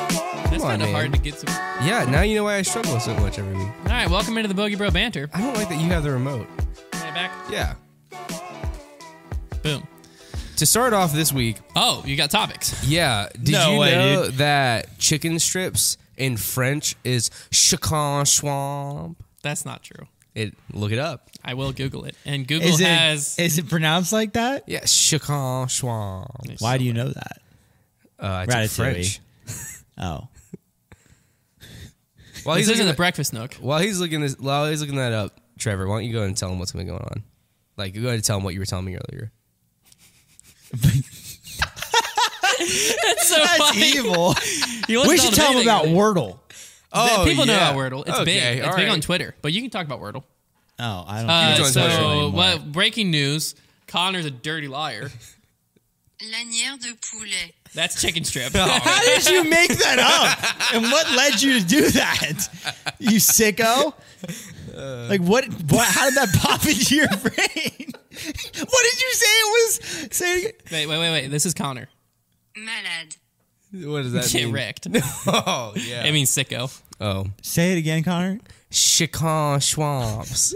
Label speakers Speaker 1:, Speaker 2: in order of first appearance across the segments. Speaker 1: on,
Speaker 2: kind of
Speaker 1: man.
Speaker 2: hard to get some.
Speaker 1: Yeah, now you know why I struggle so much every week.
Speaker 2: All right, welcome into the Bogey Bro banter.
Speaker 1: I don't like that you have the remote.
Speaker 2: Am I back?
Speaker 1: Yeah.
Speaker 2: Boom.
Speaker 1: To start off this week,
Speaker 2: Oh, you got topics.
Speaker 1: yeah, did
Speaker 2: No
Speaker 1: you
Speaker 2: way,
Speaker 1: know that chicken strips in French is chicken swamp?
Speaker 2: That's not true.
Speaker 1: It look it up.
Speaker 2: I will Google it, and Google
Speaker 3: Is it
Speaker 2: has.
Speaker 3: is it pronounced like that?
Speaker 1: Yeah, chicken swamp.
Speaker 3: Why do you know that?
Speaker 1: Uh, it's in
Speaker 3: Ratatouille.
Speaker 1: French.
Speaker 3: Oh,
Speaker 1: While
Speaker 2: this
Speaker 1: he's,
Speaker 2: isn't
Speaker 1: looking
Speaker 2: the
Speaker 1: that,
Speaker 2: breakfast nook.
Speaker 1: while he's looking this, while he's looking that up, Trevor, why don't you go ahead and tell him what's been going on? Like, go ahead and tell him what you were telling me earlier.
Speaker 2: That's so
Speaker 3: that's
Speaker 2: funny.
Speaker 3: evil.
Speaker 2: You listen
Speaker 3: we
Speaker 2: to
Speaker 3: should
Speaker 2: the
Speaker 3: tell them
Speaker 2: meeting.
Speaker 3: about Wordle.
Speaker 2: That
Speaker 1: Oh,
Speaker 2: people
Speaker 1: yeah.
Speaker 2: know about Wordle. It's
Speaker 1: Okay,
Speaker 2: big. It's
Speaker 1: all
Speaker 2: big on
Speaker 1: right.
Speaker 2: Twitter, but you can talk about Wordle.
Speaker 3: Oh, I don't.
Speaker 2: Uh,
Speaker 3: think
Speaker 1: join
Speaker 3: it's
Speaker 1: Twitter
Speaker 3: Wordle
Speaker 2: so,
Speaker 3: anymore.
Speaker 2: well, breaking news: Connor's a dirty liar.
Speaker 4: Lanière de poulet.
Speaker 2: That's chicken strip.
Speaker 3: How did you make that up? And what led you to do that? You sicko.
Speaker 2: Uh,
Speaker 3: like what, what how did that pop into your brain? what did you say it was say it again.
Speaker 2: wait, wait, wait, wait. This is Connor.
Speaker 4: Malade.
Speaker 1: What does that
Speaker 2: Get
Speaker 1: mean?
Speaker 2: wrecked.
Speaker 1: Oh yeah.
Speaker 2: I mean, sicko.
Speaker 1: oh,
Speaker 3: Say it again, Connor.
Speaker 1: chicken swamps.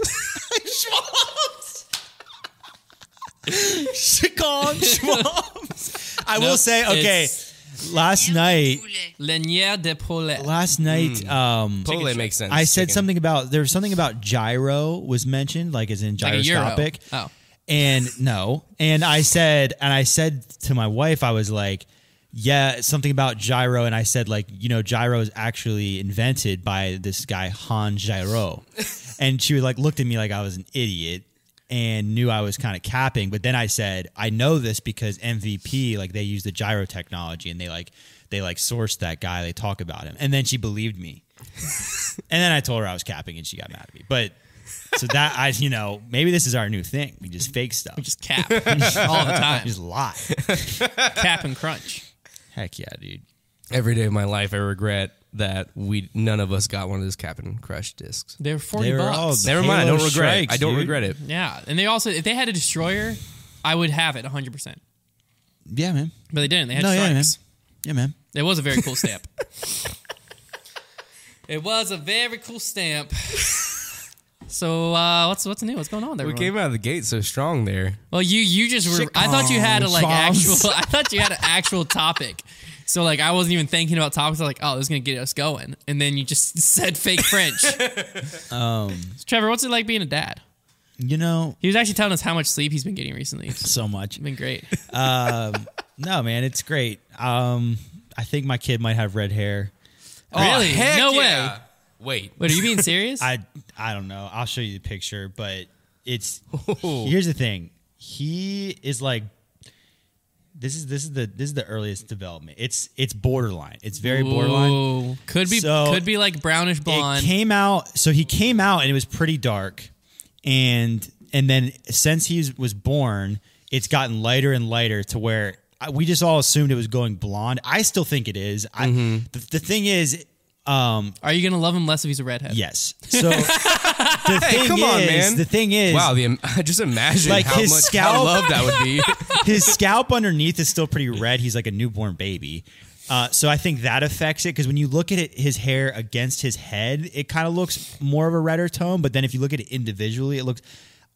Speaker 3: Chicon Schwamps. I will
Speaker 2: Nope,
Speaker 3: say, okay,
Speaker 2: it's
Speaker 3: last night
Speaker 4: Poulet.
Speaker 2: Lanière de poulet.
Speaker 3: last night
Speaker 2: Hmm.
Speaker 3: um
Speaker 1: Chicken Chipotle makes sense.
Speaker 3: I said
Speaker 1: Chicken.
Speaker 3: something about there was something about gyro was mentioned, like as in
Speaker 2: Like a euro.
Speaker 3: gyroscopic.
Speaker 2: Oh,
Speaker 3: and no and i said and i said to my wife i was like yeah something about gyro and i said like you know gyro is actually invented by this guy han gyro and she was like looked at me like i was an idiot and knew i was kind of capping but then i said i know this because mvp like they use the gyro technology and they like they like sourced that guy they talk about him and then she believed me and then i told her i was capping and she got mad at me but so that I, you know, maybe this is our new thing. We just fake stuff. We just,
Speaker 2: just cap all the time.
Speaker 3: just lie.
Speaker 2: cap and crunch.
Speaker 3: Heck yeah, dude.
Speaker 1: Every day of my life, I regret that we none of us got one of those Captain Crush discs.
Speaker 2: They're forty
Speaker 3: They were
Speaker 2: bucks.
Speaker 3: all-
Speaker 1: Never mind. I don't
Speaker 3: Halo
Speaker 1: regret.
Speaker 3: Strikes,
Speaker 1: it. I don't
Speaker 3: dude.
Speaker 1: regret it.
Speaker 2: yeah, and they also if they had a destroyer, I would have it 100. percent
Speaker 3: Yeah, man.
Speaker 2: But they didn't. They had
Speaker 3: No, yeah, man.
Speaker 2: strikes.
Speaker 3: Yeah, man.
Speaker 2: It was a very cool stamp. it was a very cool stamp. So uh, what's what's new? What's going on there?
Speaker 1: We came out of the gate so strong there.
Speaker 2: Well, you you just were. I thought you had a like
Speaker 3: Sitcoms.
Speaker 2: actual. I thought you had an actual topic. So like I wasn't even thinking about topics. I was like, oh, this is gonna get us going, and then you just said fake French.
Speaker 3: Um,
Speaker 2: Trevor, what's it like being a dad?
Speaker 3: you know,
Speaker 2: He was actually telling us how much sleep he's been getting recently. It's
Speaker 3: so much.
Speaker 2: been great.
Speaker 3: Um, no, man, it's great. Um, I think my kid might have red hair.
Speaker 2: Really?
Speaker 1: heck
Speaker 2: No
Speaker 1: yeah.
Speaker 2: way.
Speaker 1: Wait.
Speaker 2: Oh, Wait, are you being serious?
Speaker 3: I I don't know. I'll show you the picture, but it's here's the thing. He is like this is this is the this is the earliest development. It's it's borderline. It's very borderline.
Speaker 2: Whoa. Could be
Speaker 3: So-
Speaker 2: could be like brownish blonde.
Speaker 3: It came out. So he came out and it was pretty dark, and and then since he was born, it's gotten lighter and lighter to where I, we just all assumed it was going blonde. I still think it is. I,
Speaker 1: Mm-hmm.
Speaker 3: the, the thing is, um,
Speaker 2: Are you gonna love him less if he's a redhead?
Speaker 3: yes. So the thing
Speaker 1: come
Speaker 3: is,
Speaker 1: on, man.
Speaker 3: the thing is,
Speaker 1: Wow. The I just imagine
Speaker 3: Like
Speaker 1: how
Speaker 3: his
Speaker 1: much how
Speaker 3: scalp?
Speaker 1: love that would be.
Speaker 3: his scalp underneath is still pretty red. He's like a newborn baby. Uh, so I think that affects it because when you look at it, his hair against his head, it kind of looks more of a redder tone. But then if you look at it individually, it looks,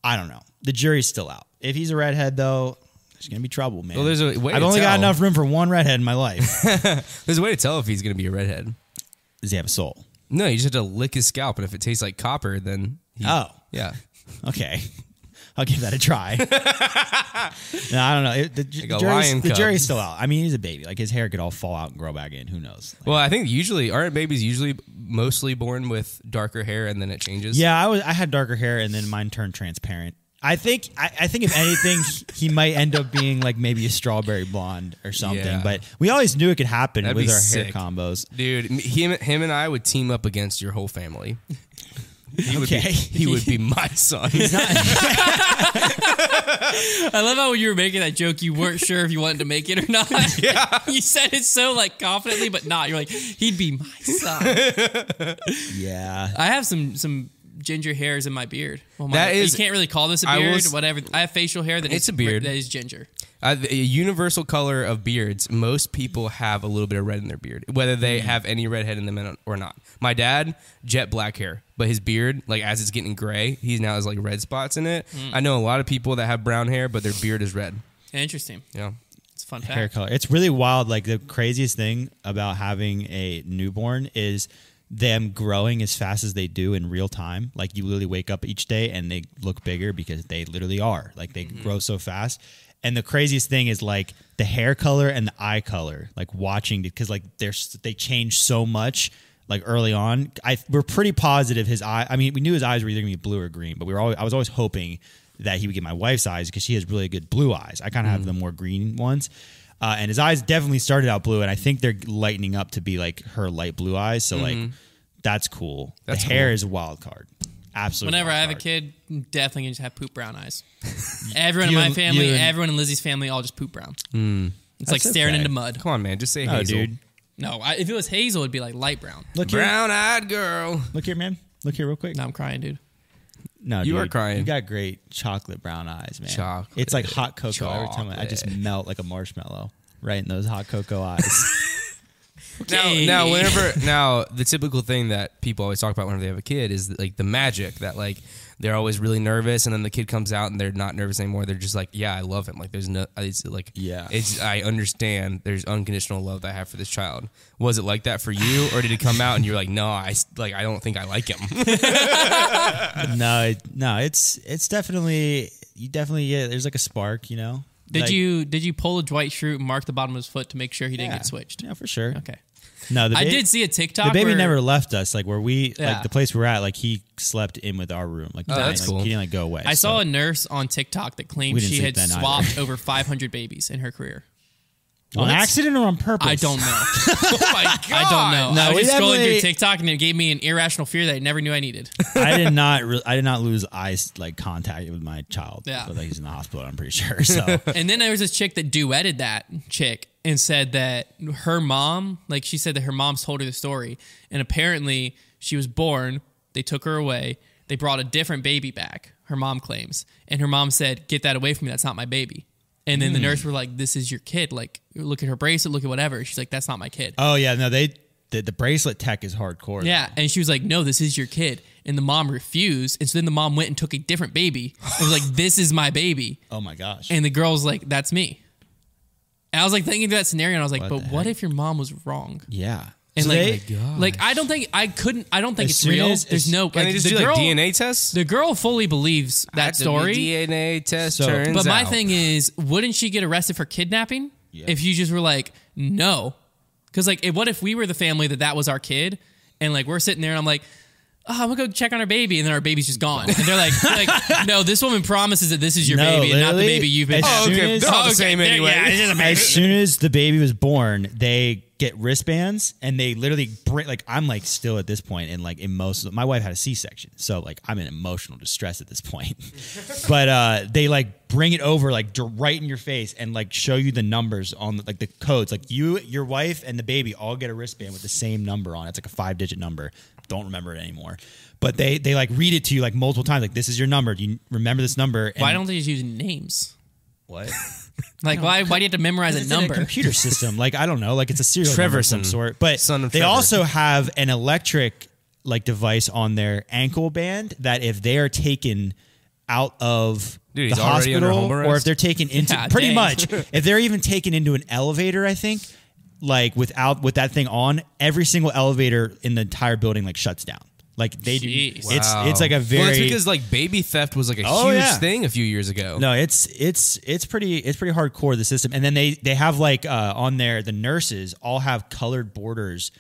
Speaker 3: I don't know. The jury's still out. If he's a redhead, though, there's going to be trouble, man.
Speaker 1: Well, there's a way
Speaker 3: I've
Speaker 1: to
Speaker 3: only
Speaker 1: tell.
Speaker 3: got enough room for one redhead in my life.
Speaker 1: There's a way to tell if he's gonna be a redhead.
Speaker 3: Does he have a soul?
Speaker 1: No, you just have to lick his scalp, and if it tastes like copper, then he,
Speaker 3: Oh.
Speaker 1: yeah,
Speaker 3: Okay. I'll give that a try. no, I don't know. It- the,
Speaker 1: Like
Speaker 3: the
Speaker 1: a lion
Speaker 3: jury's, the
Speaker 1: cub.
Speaker 3: jury's still out. I mean, he's a baby. Like his hair could all fall out and grow back in. Who knows?
Speaker 1: Well, I think usually aren't babies usually mostly born with darker hair and then it changes.
Speaker 3: Yeah, I was. I had darker hair, and then mine turned transparent. I think. I, I think if anything, he might end up being like maybe a strawberry blonde or something.
Speaker 1: Yeah.
Speaker 3: But we always knew it could happen
Speaker 1: That'd
Speaker 3: with
Speaker 1: be
Speaker 3: our
Speaker 1: sick.
Speaker 3: hair combos.
Speaker 1: dude, m- him, him and I would team up against your whole family. He would be,
Speaker 3: Okay.
Speaker 1: he would be my son.
Speaker 2: I love how when you were making that joke, you weren't sure if you wanted to make it or not.
Speaker 1: Yeah.
Speaker 2: you said it so like confidently, but not. You're like, he'd be my son.
Speaker 3: Yeah,
Speaker 2: I have some some ginger hairs in my beard. Well, my,
Speaker 1: That is-
Speaker 2: you can't really call this a
Speaker 1: I will
Speaker 2: beard.
Speaker 1: s-
Speaker 2: whatever. I have facial hair that
Speaker 1: It's
Speaker 2: is-
Speaker 1: a beard.
Speaker 2: that is ginger.
Speaker 1: Uh, the universal color of beards. Most people have a little bit of red in their beard, whether they
Speaker 3: Hmm.
Speaker 1: have any redhead in them or not. My dad, jet black hair, but his beard, like as it's getting gray, he now has like red spots in it.
Speaker 3: Hmm.
Speaker 1: I know a lot of people that have brown hair, but their beard is red.
Speaker 2: Interesting.
Speaker 1: Yeah,
Speaker 2: It's a fun
Speaker 3: hair
Speaker 2: fact.
Speaker 3: color. It's really wild. Like the craziest thing about having a newborn is them growing as fast as they do in real time. Like you literally wake up each day and they look bigger because they literally are. Like they grow so fast. And the craziest thing is like the hair color and the eye color. Like watching because like they're s- they change so much. Like early on, I we're pretty positive his eye. I mean, we knew his eyes were either gonna be blue or green, but we were always, I was always hoping that he would get my wife's eyes because she has really good blue eyes. I kind of
Speaker 1: Mm.
Speaker 3: have the more green ones. Uh, and his eyes definitely started out blue, and I think they're lightening up to be like her light blue eyes. So like, that's cool.
Speaker 1: Mm-hmm. That's
Speaker 3: the hair
Speaker 1: cool.
Speaker 3: is a wild card. Absolutely.
Speaker 2: Whenever I
Speaker 3: wild
Speaker 2: have a
Speaker 3: card.
Speaker 2: kid, I'm definitely gonna just have poop brown eyes. everyone
Speaker 3: You
Speaker 2: in my
Speaker 3: and-
Speaker 2: family,
Speaker 3: you and- Mm.
Speaker 2: everyone in Lizzie's family, all just poop brown. It's like
Speaker 3: That's
Speaker 2: staring
Speaker 3: okay.
Speaker 2: into mud.
Speaker 1: come on, man, just say
Speaker 3: oh,
Speaker 1: Hazel.
Speaker 3: dude,
Speaker 2: No, I, if it was Hazel, it'd be like light brown.
Speaker 3: look here,
Speaker 1: Brown eyed girl.
Speaker 3: look here, man, look here, real quick.
Speaker 2: Now I'm crying, dude.
Speaker 3: No,
Speaker 1: You
Speaker 3: dude,
Speaker 1: are crying.
Speaker 3: You got great chocolate brown eyes, man.
Speaker 1: Chocolate.
Speaker 3: It's like hot cocoa. Every time I, I just
Speaker 1: Chocolate.
Speaker 3: melt like a marshmallow right in those hot cocoa eyes.
Speaker 2: Okay.
Speaker 1: Now, now, whenever now the typical thing that people always talk about whenever they have a kid is like the magic that like they're always really nervous, and then the kid comes out and they're not nervous anymore. They're just like, yeah, I love him. Like there's no, it's like,
Speaker 3: Yeah.
Speaker 1: it's I understand. There's unconditional love that I have for this child. Was it like that for you, or did it come out and you're like, no, I s- like I don't think I like him.
Speaker 3: no, it, no, it's it's definitely you definitely get there's like a spark, you know.
Speaker 2: Did
Speaker 3: Like-
Speaker 2: you did you pull a Dwight Schrute and mark the bottom of his foot to make sure he didn't
Speaker 3: Yeah.
Speaker 2: get switched?
Speaker 3: Yeah, for sure.
Speaker 2: Okay.
Speaker 3: No, the
Speaker 2: I
Speaker 3: ba-
Speaker 2: did see a TikTok.
Speaker 3: The baby
Speaker 2: where-
Speaker 3: never left us. Like where we,
Speaker 2: Yeah. Oh,
Speaker 3: like the place we're at, like he slept in with our room. Like, he didn't,
Speaker 1: that's
Speaker 3: like,
Speaker 1: cool.
Speaker 3: He didn't like go away.
Speaker 2: I saw
Speaker 3: so-
Speaker 2: a nurse on TikTok that claimed
Speaker 3: We didn't
Speaker 2: she
Speaker 3: sleep
Speaker 2: had
Speaker 3: that night
Speaker 2: swapped over 500 babies in her career.
Speaker 3: on accident or on purpose.
Speaker 2: I don't know. oh my God. I don't know.
Speaker 3: No,
Speaker 2: I
Speaker 3: we
Speaker 2: was just scrolling
Speaker 3: definitely-
Speaker 2: through TikTok and it gave me an irrational fear that I never knew I needed.
Speaker 3: I did not. Re- I did not lose eye like contact with my child.
Speaker 2: Yeah.
Speaker 3: but, like, he's in the hospital. I'm pretty sure. So
Speaker 2: and then there was this chick that duetted that chick and said that her mom, like she said that her mom's told her the story, and apparently she was born. They took her away. They brought a different baby back. Her mom claims, and her mom said, "Get that away from me. That's not my baby." And then the nurse were like, "This is your kid. Like, look at her bracelet. Look at whatever." She's like, "That's not my kid."
Speaker 3: oh yeah, no they. The, the bracelet tech is hardcore.
Speaker 2: Yeah, and she was like, "No, this is your kid." And the mom refused, and so then the mom went and took a different baby. It was like, "This is my baby."
Speaker 3: Oh my gosh.
Speaker 2: And the girl's like, "That's me." And I was like thinking through that scenario, and I was like,
Speaker 3: What
Speaker 2: "But
Speaker 3: the
Speaker 2: what if your mom was wrong?"
Speaker 3: yeah.
Speaker 2: And
Speaker 3: So they- Oh
Speaker 2: like, like I don't think I couldn't. I don't think
Speaker 3: As
Speaker 2: it's
Speaker 3: soon
Speaker 2: real.
Speaker 3: as-
Speaker 2: There's
Speaker 3: as-
Speaker 2: no.
Speaker 1: Can
Speaker 2: like,
Speaker 1: they just
Speaker 2: the
Speaker 1: do
Speaker 2: girl,
Speaker 1: like DNA tests?
Speaker 2: The girl fully believes
Speaker 1: I
Speaker 2: that
Speaker 1: took a
Speaker 2: story.
Speaker 1: DNA test
Speaker 3: So-
Speaker 1: turns
Speaker 2: But my
Speaker 1: out.
Speaker 2: thing is, wouldn't she get arrested for kidnapping
Speaker 3: Yeah.
Speaker 2: if you just were like, no? Because like, if- what if we were the family that that was our kid, and like we're sitting there and I'm like. Oh, I'm gonna go check on our baby, and then our baby's just gone. And they're like, like, no, this woman promises that this is your
Speaker 3: No,
Speaker 2: baby and not the
Speaker 3: literally,
Speaker 2: baby you've been.
Speaker 3: as
Speaker 1: Oh,
Speaker 2: having.
Speaker 3: soon
Speaker 1: okay.
Speaker 3: as-
Speaker 1: They're all
Speaker 2: Okay,
Speaker 1: the same
Speaker 2: there-
Speaker 1: anyway.
Speaker 2: yeah, it's just a baby.
Speaker 3: as soon as the baby was born, they get wristbands and they literally break. Like I'm like still at this point and like emotional. My wife had a C-section, so like I'm in emotional distress at this point. but uh they like bring it over like dir- right in your face and like show you the numbers on like the codes. Like you, your wife, and the baby all get a wristband with the same number on. it. It's like a five-digit number. Don't remember it anymore. But they they like read it to you like multiple times. Like this is your number. Do you remember this number? And
Speaker 2: Why don't they just use names?
Speaker 3: what?
Speaker 2: Like, why? Why do you have to memorize a
Speaker 3: It's in
Speaker 2: number?
Speaker 3: computer system. Like I don't know, like it's a serial number of some
Speaker 1: Treverson.
Speaker 3: sort. But
Speaker 1: Son of
Speaker 3: they
Speaker 1: Trevor.
Speaker 3: also have an electric like device on their ankle band that if they are taken out of
Speaker 1: Dude,
Speaker 3: the
Speaker 1: he's already under
Speaker 3: hospital
Speaker 1: home
Speaker 3: or if
Speaker 1: arrest?
Speaker 3: they're taken into
Speaker 2: Yeah,
Speaker 3: pretty
Speaker 2: dang.
Speaker 3: much if they're even taken into an elevator, I think like without with that thing on, every single elevator in the entire building like shuts down. Like they
Speaker 2: Jeez.
Speaker 3: do. It's
Speaker 1: Wow.
Speaker 3: it's like a very
Speaker 1: well. It's because like baby theft was like a
Speaker 3: Oh,
Speaker 1: huge
Speaker 3: yeah.
Speaker 1: thing a few years ago.
Speaker 3: no, it's it's it's pretty it's pretty hardcore the system. And then they they have like uh, on there the nurses all have colored borders.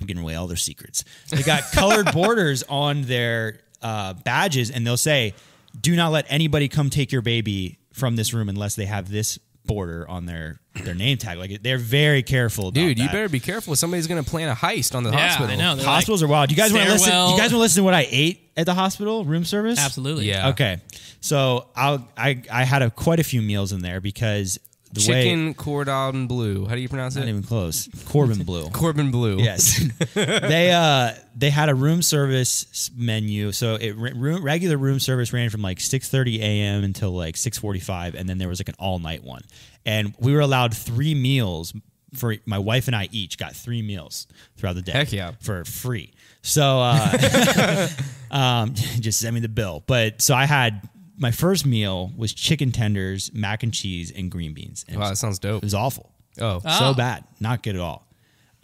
Speaker 3: I'm giving away all their secrets. They got colored borders on their uh, badges, and they'll say, "Do not let anybody come take your baby from this room unless they have this border on their their name tag." Like they're very careful. About
Speaker 1: Dude, you
Speaker 3: that.
Speaker 1: better be careful. Somebody's gonna plan a heist on the
Speaker 2: Yeah,
Speaker 1: hospital.
Speaker 2: I know. They're
Speaker 3: Hospitals are wild. You guys want to listen? You guys
Speaker 2: stairwell.
Speaker 3: want to listen to what I ate at the hospital room service?
Speaker 2: Absolutely.
Speaker 1: Yeah.
Speaker 3: Okay. So I'll, I I had a, quite a few meals in there because the way
Speaker 1: Chicken cordon bleu. How do you pronounce
Speaker 3: not
Speaker 1: it?
Speaker 3: even close. Corbin Blue.
Speaker 1: Corbin bleu.
Speaker 3: Yes, they uh they had a room service menu, so it re- room, regular room service ran from like six thirty a.m. until like six forty five, and then there was like an all night one, and we were allowed three meals for my wife and I each got three meals throughout the day.
Speaker 1: Heck yeah.
Speaker 3: for free. So uh, um, just send me the bill. But so I had. My first meal was chicken tenders, mac and cheese, and green beans. And it
Speaker 1: Wow, that
Speaker 3: was-
Speaker 1: sounds dope.
Speaker 3: it was awful
Speaker 1: Oh,
Speaker 2: Ah.
Speaker 3: so bad, not good at all.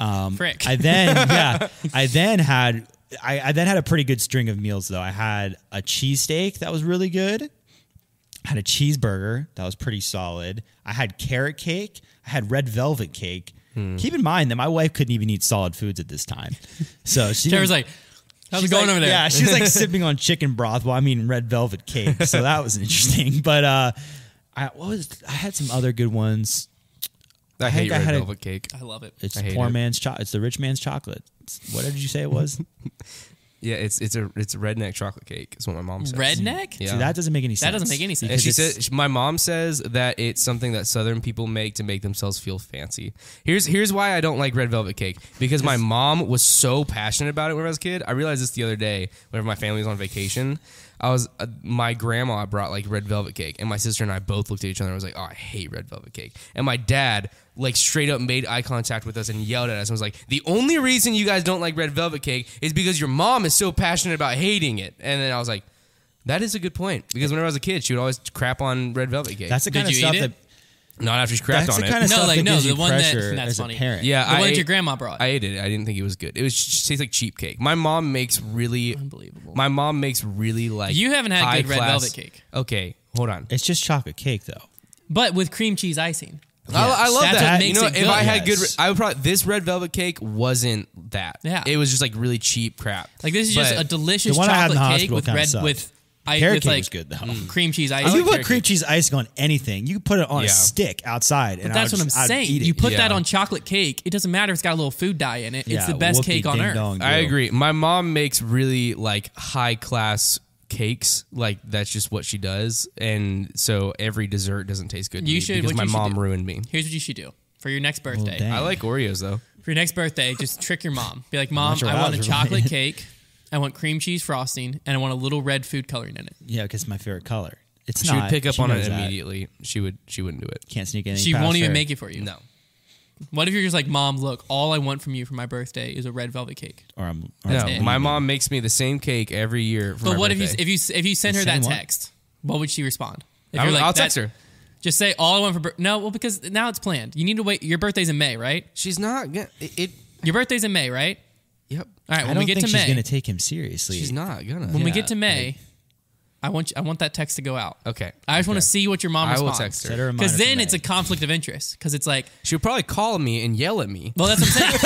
Speaker 3: Um,
Speaker 2: Frick.
Speaker 3: I then yeah, I then had I, I then had a pretty good string of meals though. I had a cheesesteak that was really good. I had a cheeseburger that was pretty solid. I had carrot cake. I had red velvet cake.
Speaker 2: Hmm.
Speaker 3: Keep in mind that my wife couldn't even eat solid foods at this time, so she
Speaker 2: Tara was like,
Speaker 3: didn't-
Speaker 2: how's
Speaker 3: she
Speaker 2: it going
Speaker 3: like-
Speaker 2: over there?
Speaker 3: Yeah, she was like sipping on chicken broth while I'm eating red velvet cake. So that was interesting. But uh, I what was I had some other good ones.
Speaker 1: I,
Speaker 3: think
Speaker 1: hate
Speaker 3: I
Speaker 1: red
Speaker 3: had a-
Speaker 1: velvet cake.
Speaker 2: I love it.
Speaker 3: It's
Speaker 1: I hate
Speaker 3: poor
Speaker 1: it.
Speaker 3: man's chocolate. It's the rich man's chocolate. It's- what did you say it was? See,
Speaker 1: Yeah, it's it's a it's a redneck chocolate cake. Is what my mom says.
Speaker 2: Redneck?
Speaker 1: Yeah.
Speaker 3: that doesn't make any sense.
Speaker 2: That doesn't make any sense.
Speaker 1: And she
Speaker 3: Because it's-
Speaker 1: says my mom says that it's something that Southern people make to make themselves feel fancy. Here's here's why I don't like red velvet cake because my mom was so passionate about it when I was a kid. I realized this the other day whenever my family was on vacation. I was uh, my grandma brought like red velvet cake, and my sister and I both looked at each other and was like, "Oh, I hate red velvet cake." And my dad like straight up made eye contact with us and yelled at us and was like, "The only reason you guys don't like red velvet cake is because your mom is so passionate about hating it." And then I was like. That is a good point because whenever I was a kid, she would always crap on red velvet cake.
Speaker 3: that's the
Speaker 2: Did
Speaker 3: kind of
Speaker 2: you eat
Speaker 3: stuff
Speaker 2: it?
Speaker 3: that
Speaker 1: not after she crapped
Speaker 3: that's
Speaker 1: on
Speaker 3: the
Speaker 1: it.
Speaker 3: kind of
Speaker 2: No,
Speaker 3: stuff
Speaker 2: like,
Speaker 3: that
Speaker 2: no,
Speaker 3: gives
Speaker 2: the
Speaker 3: you
Speaker 2: one that-
Speaker 3: pressure
Speaker 2: that's
Speaker 3: as a
Speaker 2: funny.
Speaker 3: parent.
Speaker 1: yeah,
Speaker 2: The
Speaker 1: I
Speaker 2: one that
Speaker 1: ate-
Speaker 2: your grandma brought.
Speaker 1: I ate it. I didn't think it was good. It was it tastes like cheap cake. My mom makes really
Speaker 2: Unbelievable.
Speaker 1: My mom makes really like
Speaker 2: You haven't had good red
Speaker 1: high-class-
Speaker 2: velvet cake.
Speaker 1: Okay, hold on.
Speaker 3: it's just chocolate cake though.
Speaker 2: but with cream cheese icing.
Speaker 1: I, I love
Speaker 2: That's
Speaker 1: that.
Speaker 2: what
Speaker 1: you
Speaker 2: makes
Speaker 1: know,
Speaker 2: it
Speaker 1: if
Speaker 2: good.
Speaker 1: I had good,
Speaker 3: Yes.
Speaker 1: I would probably this red velvet cake wasn't that.
Speaker 2: Yeah.
Speaker 1: it was just like really cheap crap.
Speaker 2: Like this is just
Speaker 1: But
Speaker 2: a delicious
Speaker 3: The one I had in
Speaker 2: chocolate
Speaker 3: the
Speaker 2: cake
Speaker 3: hospital
Speaker 2: with
Speaker 3: kinda
Speaker 2: red
Speaker 3: sucked.
Speaker 2: with I,
Speaker 3: Carrot
Speaker 2: with
Speaker 3: cake
Speaker 2: like mm,
Speaker 3: was good, though.
Speaker 2: cream cheese
Speaker 3: If
Speaker 2: icing.
Speaker 3: you put
Speaker 1: carrot
Speaker 3: cream
Speaker 1: cake.
Speaker 3: cheese icing on anything, you can put it on a
Speaker 1: Yeah.
Speaker 3: stick outside, and
Speaker 2: That's
Speaker 3: I
Speaker 2: what
Speaker 3: would
Speaker 2: I'm
Speaker 3: just- I'd
Speaker 2: saying.
Speaker 3: eat it.
Speaker 2: You put
Speaker 1: Yeah.
Speaker 2: that on chocolate cake. It doesn't matter. It's got a little food dye in it. It's
Speaker 3: Yeah,
Speaker 2: the best
Speaker 3: whoopee
Speaker 2: cake on
Speaker 3: ding
Speaker 2: earth.
Speaker 3: dong,
Speaker 1: I
Speaker 3: bro.
Speaker 1: agree. My mom makes really like high class cakes. Like that's just what she does, and so every dessert doesn't taste good to
Speaker 2: You
Speaker 1: me
Speaker 2: should-
Speaker 1: because
Speaker 2: what
Speaker 1: my
Speaker 2: you should
Speaker 1: mom
Speaker 2: do-
Speaker 1: ruined me.
Speaker 2: Here's what you should do for your next birthday.
Speaker 3: dang.
Speaker 1: I like Oreos though.
Speaker 2: for your next birthday, just trick your mom. Be like, Mom,
Speaker 3: sure
Speaker 2: I
Speaker 3: what I
Speaker 2: want a
Speaker 3: was
Speaker 2: chocolate
Speaker 3: relating.
Speaker 2: cake. I want cream cheese frosting, and I want a little red food coloring in it.
Speaker 3: Yeah, because it's my favorite color. It's
Speaker 1: She
Speaker 3: not.
Speaker 1: would pick up
Speaker 3: she
Speaker 1: on it
Speaker 3: knows that.
Speaker 1: immediately. She would. She wouldn't do it.
Speaker 3: Can't sneak anything.
Speaker 2: She won't
Speaker 3: past
Speaker 2: even
Speaker 3: her.
Speaker 2: make it for you.
Speaker 1: No.
Speaker 2: What if you're just like, Mom, look, all I want from you for my birthday is a red velvet cake.
Speaker 3: Or I'm. Or
Speaker 1: No.
Speaker 3: I'm
Speaker 1: My mom makes me the same cake every year. For
Speaker 2: But
Speaker 1: my
Speaker 2: what
Speaker 1: birthday.
Speaker 2: if you if you if you send her
Speaker 3: The
Speaker 2: that
Speaker 3: same one?
Speaker 2: text? What would she respond? If
Speaker 1: I'm-
Speaker 2: you're
Speaker 1: I'll text
Speaker 2: that-
Speaker 1: her.
Speaker 2: Just say all I want for bir- no. Well, because now it's planned. You need to wait. Your birthday's in May, right?
Speaker 1: She's not. Gonna, it, it.
Speaker 2: Your birthday's in May, right?
Speaker 1: Yep.
Speaker 2: All right.
Speaker 3: I
Speaker 2: When
Speaker 3: don't
Speaker 2: we get
Speaker 3: think
Speaker 2: to
Speaker 3: she's
Speaker 2: May,
Speaker 3: gonna take him seriously.
Speaker 1: She's not gonna.
Speaker 2: when we
Speaker 3: yeah,
Speaker 2: get to May, I want you, I want that text to go out.
Speaker 1: Okay.
Speaker 2: I just want to see what your mom
Speaker 1: I will
Speaker 2: responds.
Speaker 1: text
Speaker 3: Set her a
Speaker 2: Because
Speaker 3: reminder for
Speaker 2: then it's
Speaker 3: May.
Speaker 2: a conflict of interest. Because it's like,
Speaker 1: She would probably call me and yell at me.
Speaker 2: well, that's what I'm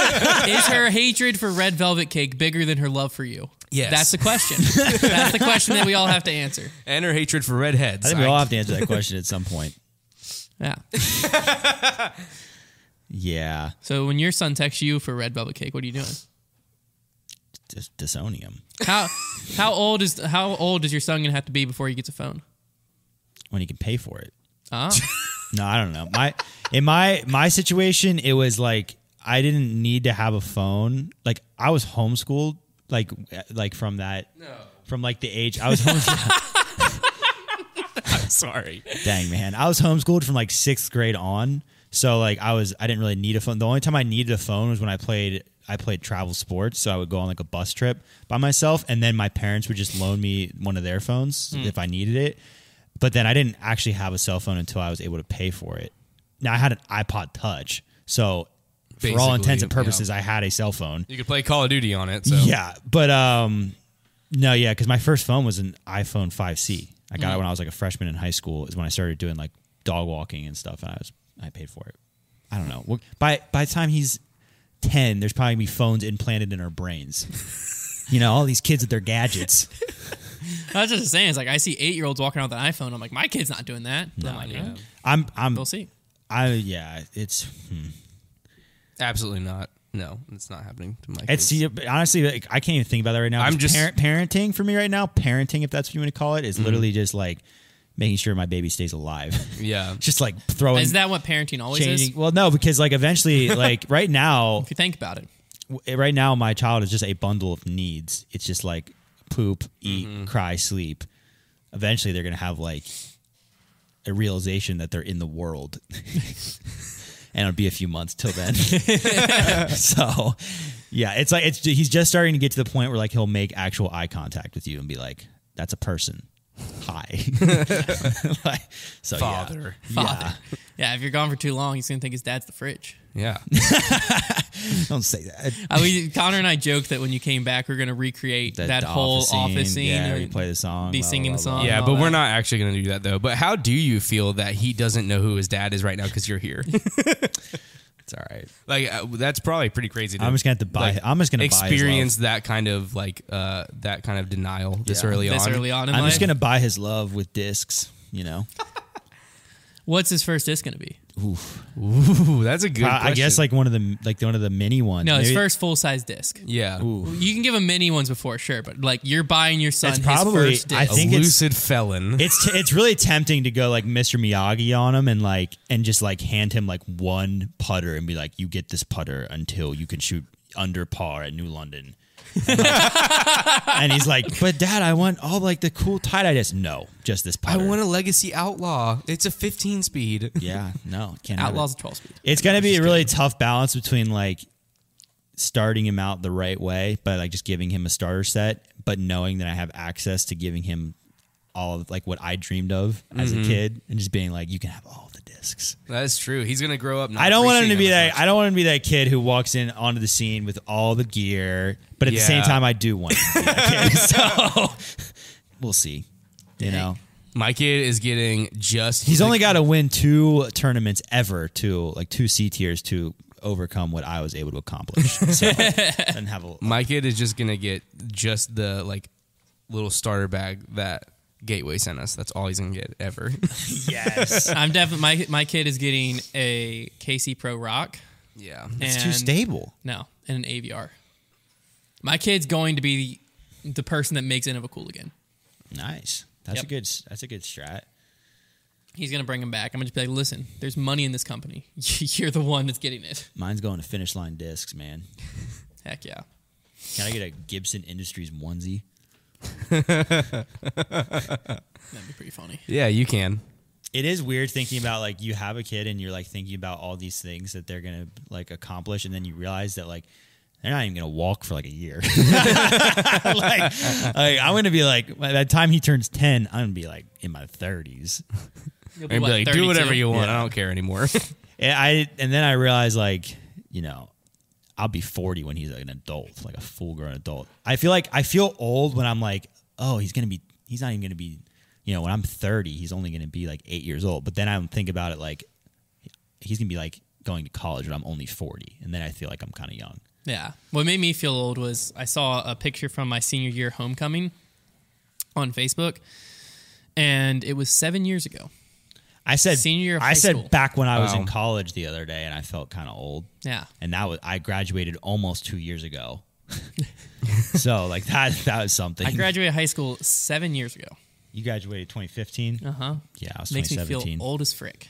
Speaker 2: saying. Is her hatred for red velvet cake bigger than her love for you?
Speaker 1: Yes.
Speaker 2: That's the question. that's the question that we all have to answer.
Speaker 1: And her hatred for redheads.
Speaker 3: I think we all have to answer that question at some point.
Speaker 2: Yeah.
Speaker 3: Yeah,
Speaker 2: So when your son texts you for red velvet cake, what are you doing?
Speaker 3: just disowning him
Speaker 2: How how old is how old is your son gonna have to be before he gets a phone?
Speaker 3: when he can pay for it.
Speaker 2: Ah,
Speaker 3: No, I don't know. My in my my situation, it was like I didn't need to have a phone. Like I was homeschooled, like like from that from like the age I was homeschooled.
Speaker 1: Sorry.
Speaker 3: dang man, I was homeschooled from like sixth grade on. So like I was I didn't really need a phone. The only time I needed a phone was when I played I played travel sports, so I would go on like a bus trip by myself, and then my parents would just loan me one of their phones
Speaker 1: Hmm.
Speaker 3: if I needed it. But then I didn't actually have a cell phone until I was able to pay for it. Now I had an iPod Touch, so for all
Speaker 1: Basically,
Speaker 3: intents and
Speaker 1: yeah.
Speaker 3: purposes, I had a cell phone.
Speaker 1: You could play Call of Duty on it. So.
Speaker 3: Yeah, but um, no, yeah, because my first phone was an iPhone 5C. I
Speaker 2: Mm-hmm.
Speaker 3: got it when I was like a freshman in high school. Is when I started doing like dog walking and stuff, and I was I paid for it. I don't know. What- By by the time he's ten, there's probably gonna be phones implanted in our brains. you know, all these kids with their gadgets.
Speaker 2: I was just saying. It's like I see eight year olds walking around with an iPhone. I'm like, my kid's not doing that. No, I'm like, yeah.
Speaker 3: I'm I'm
Speaker 2: We'll see.
Speaker 3: I yeah, it's
Speaker 1: Absolutely not. No, it's not happening to my.
Speaker 3: it's
Speaker 1: kids.
Speaker 3: honestly like, I can't even think about that right now.
Speaker 1: I'm
Speaker 3: 'cause
Speaker 1: just-
Speaker 2: Mm-hmm.
Speaker 3: parent, parenting for me right now. Parenting, if that's what you want to call it, is literally just like making sure my baby stays alive.
Speaker 1: Yeah.
Speaker 3: just like throwing
Speaker 2: Is that what parenting always is?
Speaker 3: changing. Well, no, because like eventually, like right now,
Speaker 2: If you think about it,
Speaker 3: w- right now, my child is just a bundle of needs. It's just like poop, eat,
Speaker 2: Mm-hmm.
Speaker 3: cry, sleep. Eventually, they're gonna have like a realization that they're in the world, and it'll be a few months till then. so, yeah, it's like it's he's just starting to get to the point where like he'll make actual eye contact with you and be like, "That's a person." Hi, Like, so yeah.
Speaker 1: Father.
Speaker 2: father. Yeah. if you're gone for too long, he's gonna think his dad's the fridge.
Speaker 1: Yeah.
Speaker 3: Don't say that.
Speaker 2: I, we, Connor and I joked that when you came back, we are gonna recreate that,
Speaker 3: That office
Speaker 2: whole office
Speaker 3: scene,
Speaker 2: scene.
Speaker 3: yeah,
Speaker 2: or
Speaker 3: we play the song,
Speaker 2: be
Speaker 3: blah,
Speaker 2: singing
Speaker 3: blah,
Speaker 2: the
Speaker 3: blah,
Speaker 2: song.
Speaker 3: blah.
Speaker 2: and
Speaker 1: Yeah,
Speaker 2: all
Speaker 1: but
Speaker 2: that.
Speaker 1: we're not actually going to do that though. But how do you feel that he doesn't know who his dad is right now because you're here?
Speaker 3: It's all right.
Speaker 1: like uh, that's probably pretty crazy. To,
Speaker 3: I'm just gonna have to buy- I'm just gonna buy his love.
Speaker 1: experience that kind of like uh, that kind of denial this
Speaker 3: Yeah.
Speaker 1: early
Speaker 2: this
Speaker 1: on.
Speaker 2: early on. In
Speaker 3: I'm
Speaker 2: life.
Speaker 3: just gonna buy his love with discs. You know,
Speaker 2: What's his first disc gonna be?
Speaker 1: Ooh, that's a good.
Speaker 3: I, I guess
Speaker 1: question.
Speaker 3: like one of the like one of the mini ones.
Speaker 2: No, his
Speaker 3: Maybe-
Speaker 2: first full size disc.
Speaker 1: yeah,
Speaker 2: You can give him mini ones before, sure, but like you're buying your son
Speaker 3: It's
Speaker 2: his
Speaker 3: probably-
Speaker 2: first disc.
Speaker 3: I
Speaker 1: a
Speaker 3: think it's-
Speaker 1: lucid felon.
Speaker 3: It's it's really tempting to go like Mr. Miyagi on him and like and just like hand him like one putter and be like, you get this putter until you can shoot under par at New London. And, like- and he's like, but Dad, I want all like the cool tie dye. Just no, just this
Speaker 1: I
Speaker 3: putter.
Speaker 1: want a legacy outlaw. It's a 15 speed.
Speaker 3: Yeah, no, can't have it.
Speaker 2: Outlaws of 12 speed.
Speaker 3: It's gonna be a really tough balance between like starting him out the right way, but like just giving him a starter set, but knowing that I have access to giving him all of like what I dreamed of as a kid, and just being like, you can have all the discs.
Speaker 1: That's true. He's gonna grow up. Not
Speaker 3: I don't want him to be
Speaker 1: appreciating
Speaker 3: that.
Speaker 1: them
Speaker 3: I don't want him to be that kid who walks in onto the scene with all the gear, but at the same
Speaker 1: Yeah.
Speaker 3: time, I do want him to be that kid. So we'll see. You know,
Speaker 1: as much. My kid is getting just.
Speaker 3: he's only got to win two tournaments ever to like two C tiers to overcome what I was able to accomplish. So and have a
Speaker 1: My kid is just gonna get just the like little starter bag that Gateway sent us. That's all he's gonna get ever.
Speaker 3: yes.
Speaker 2: I'm definitely my my kid is getting a KC Pro Rock.
Speaker 1: yeah.
Speaker 3: It's too
Speaker 2: and-
Speaker 3: stable.
Speaker 2: No, and an AVR. My kid's going to be the person that makes Innova cool again.
Speaker 3: Nice. That's
Speaker 2: Yep.
Speaker 3: a good. s- That's a good strat.
Speaker 2: He's gonna bring him back. I'm gonna just be like, listen, there's money in this company. You're the one that's getting it.
Speaker 3: Mine's going to finish line discs, man.
Speaker 2: Heck yeah.
Speaker 3: Can I get a Gibson Industries onesie?
Speaker 2: That'd be pretty funny.
Speaker 1: Yeah, you can.
Speaker 3: It is weird thinking about like you have a kid and you're like thinking about all these things that they're gonna like accomplish, and then you realize that like they're not even gonna walk for like a year. like, like, I'm gonna be like by the time he turns ten, I'm gonna be like in my thirties.
Speaker 1: And
Speaker 2: You'll
Speaker 1: be
Speaker 2: what,
Speaker 1: like, do
Speaker 2: 32?
Speaker 1: whatever you want.
Speaker 3: Yeah.
Speaker 1: I don't care anymore.
Speaker 3: And I and then I realized like you know I'll be 40 when he's like an adult, like a full grown adult. I feel like I feel old when I'm like, oh, he's gonna be, he's not even gonna be, you know, when I'm 30, he's only gonna be like eight years old. But then I think about it like he's gonna be like going to college when I'm only 40, and then I feel like I'm kind of young.
Speaker 2: Yeah. What made me feel old was I saw a picture from my senior year homecoming on Facebook, and it was seven years ago.
Speaker 3: I said
Speaker 2: Senior year of
Speaker 3: I
Speaker 2: high
Speaker 3: said
Speaker 2: school.
Speaker 3: back when I was in
Speaker 1: Wow.
Speaker 3: college the other day, and I felt kind of old.
Speaker 2: Yeah.
Speaker 3: and that was I graduated almost two years ago. so like that that was something.
Speaker 2: I graduated high school seven years ago.
Speaker 3: You graduated 2015.
Speaker 2: Uh huh.
Speaker 3: Yeah, I was
Speaker 2: Makes me
Speaker 3: 2017.
Speaker 2: feel old as frick.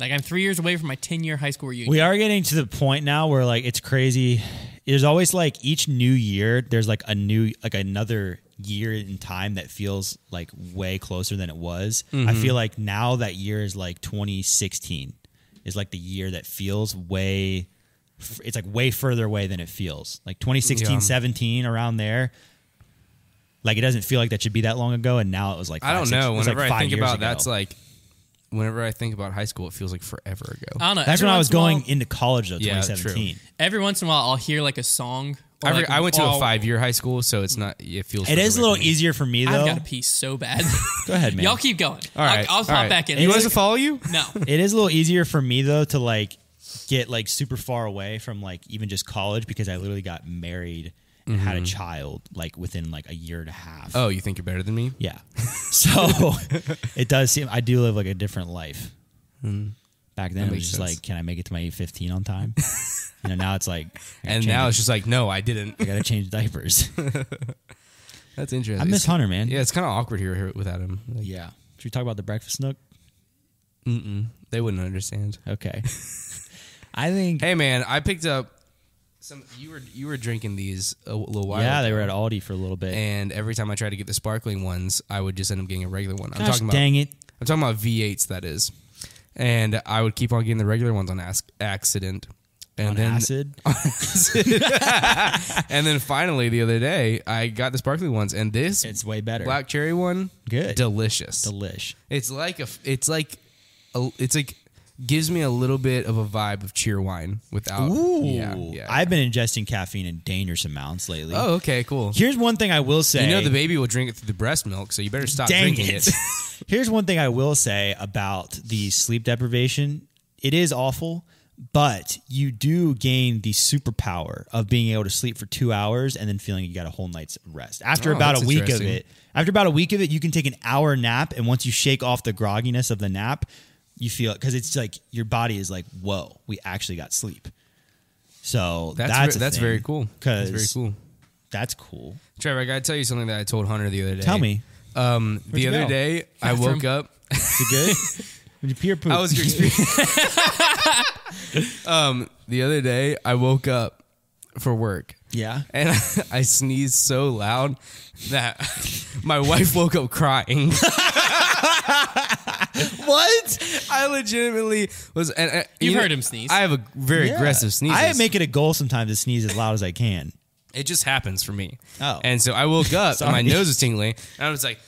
Speaker 2: Like I'm three years away from my 10 year high school reunion.
Speaker 3: We are getting to the point now where like it's crazy. There's always like each new year, there's like a new like another year in time that feels like way closer than it was.
Speaker 1: Mm-hmm.
Speaker 3: I feel like now that year is like 2016 is like the year that feels way f- it's like way further away than it feels. Like 2016,
Speaker 1: Yeah.
Speaker 3: 17 around there. Like it doesn't feel like that should be that long ago and now it was like
Speaker 1: I
Speaker 3: five,
Speaker 1: don't
Speaker 3: six- it
Speaker 1: know.
Speaker 3: was, like,
Speaker 1: Whenever I
Speaker 3: five
Speaker 1: think
Speaker 3: years
Speaker 1: about
Speaker 3: ago.
Speaker 1: that's like, whenever I think about high school, it feels like forever ago.
Speaker 2: I don't know.
Speaker 3: That's
Speaker 2: every
Speaker 3: when I
Speaker 2: once
Speaker 3: was
Speaker 2: in a
Speaker 3: going
Speaker 2: while-
Speaker 3: into college though,
Speaker 1: Yeah, true.
Speaker 3: 2017.
Speaker 2: every once in a while, I'll hear like a song. or,
Speaker 1: I, re-
Speaker 2: like,
Speaker 1: I went to
Speaker 2: oh,
Speaker 1: a five year high school, so it's not. It feels.
Speaker 3: It
Speaker 1: further
Speaker 3: is a
Speaker 1: away
Speaker 3: little
Speaker 1: from me.
Speaker 3: easier for me though.
Speaker 2: I've got to pee so bad.
Speaker 3: Go ahead, man.
Speaker 2: Y'all keep going.
Speaker 1: All right,
Speaker 2: I'll, I'll
Speaker 1: all
Speaker 2: pop
Speaker 1: right.
Speaker 2: back in.
Speaker 1: You
Speaker 2: It's
Speaker 1: want us to
Speaker 2: okay.
Speaker 1: follow you?
Speaker 2: No.
Speaker 3: it is a little easier for me though to like get like super far away from like even just college because I literally got married and had a child like within like a year and a half.
Speaker 1: Mm-hmm. Oh, you think you're better than me?
Speaker 3: Yeah. So it does seem I do live like a different life. Back then it was
Speaker 1: Mm-hmm. makes
Speaker 3: just
Speaker 1: sense.
Speaker 3: like, can I make it to my eight fifteen on time? you know, now it's like I gotta
Speaker 1: And
Speaker 3: change-
Speaker 1: now it's just like, no, I didn't.
Speaker 3: I gotta change diapers.
Speaker 1: That's interesting.
Speaker 3: I miss Hunter, man.
Speaker 1: Yeah, it's kind of awkward here here without him. Like,
Speaker 3: Yeah. Should we talk about the breakfast nook?
Speaker 1: Mm-mm. They wouldn't understand.
Speaker 3: Okay. I think.
Speaker 1: Hey man, I picked up some. You were you were drinking these a little while.
Speaker 3: yeah,
Speaker 1: ago,
Speaker 3: they were at Aldi for a little bit.
Speaker 1: and every time I tried to get the sparkling ones, I would just end up getting a regular one. I'm
Speaker 3: Gosh,
Speaker 1: talking about
Speaker 3: dang it!
Speaker 1: I'm talking about V8s, that is. And I would keep on getting the regular ones on ask, accident. And
Speaker 3: On
Speaker 1: then,
Speaker 3: acid.
Speaker 1: and then finally the other day, I got the sparkly ones, and this
Speaker 3: It's way better.
Speaker 1: black cherry one,
Speaker 3: Good.
Speaker 1: delicious.
Speaker 3: Delish.
Speaker 1: it's like a, f- it's like, a, it's like, gives me a little bit of a vibe of cheer wine without.
Speaker 3: Ooh.
Speaker 1: Oh, yeah, yeah.
Speaker 3: I've been ingesting caffeine in dangerous amounts lately.
Speaker 1: oh, okay, cool.
Speaker 3: Here's one thing I will say.
Speaker 1: You know the baby will drink it through the breast milk, so you better stop
Speaker 3: Dang
Speaker 1: drinking
Speaker 3: it.
Speaker 1: it.
Speaker 3: Here's one thing I will say about the sleep deprivation. It is awful, but you do gain the superpower of being able to sleep for two hours and then feeling you got a whole night's rest. After
Speaker 1: Oh,
Speaker 3: about
Speaker 1: that's
Speaker 3: a week of
Speaker 1: interesting.
Speaker 3: it, after about a week of it, you can take an hour nap, and once you shake off the grogginess of the nap, you feel it because it's like your body is like, "Whoa, we actually got sleep." So
Speaker 1: That's
Speaker 3: that's
Speaker 1: that's,
Speaker 3: a
Speaker 1: that's
Speaker 3: thing,
Speaker 1: very cool. That's
Speaker 3: 'cause
Speaker 1: very cool.
Speaker 3: That's cool.
Speaker 1: Trevor, I gotta tell you something that I told Hunter the other day.
Speaker 3: Tell me.
Speaker 1: Um, the
Speaker 3: you
Speaker 1: other
Speaker 3: go?
Speaker 1: day, I
Speaker 2: Bathroom.
Speaker 1: woke up.
Speaker 3: Is it good? Did you pee or poop?
Speaker 1: How was your experience? um, the other day, I woke up for work.
Speaker 3: Yeah.
Speaker 1: And I, sneezed so loud that my wife woke up crying.
Speaker 3: What?
Speaker 1: I legitimately was. And, and-
Speaker 2: You've heard him sneeze.
Speaker 1: I have a very aggressive sneeze.
Speaker 3: I make it a goal sometimes to sneeze as loud as I can.
Speaker 1: It just happens for me.
Speaker 3: Oh.
Speaker 1: And so I woke up and my
Speaker 3: Sorry.
Speaker 1: nose was tingling and I was like,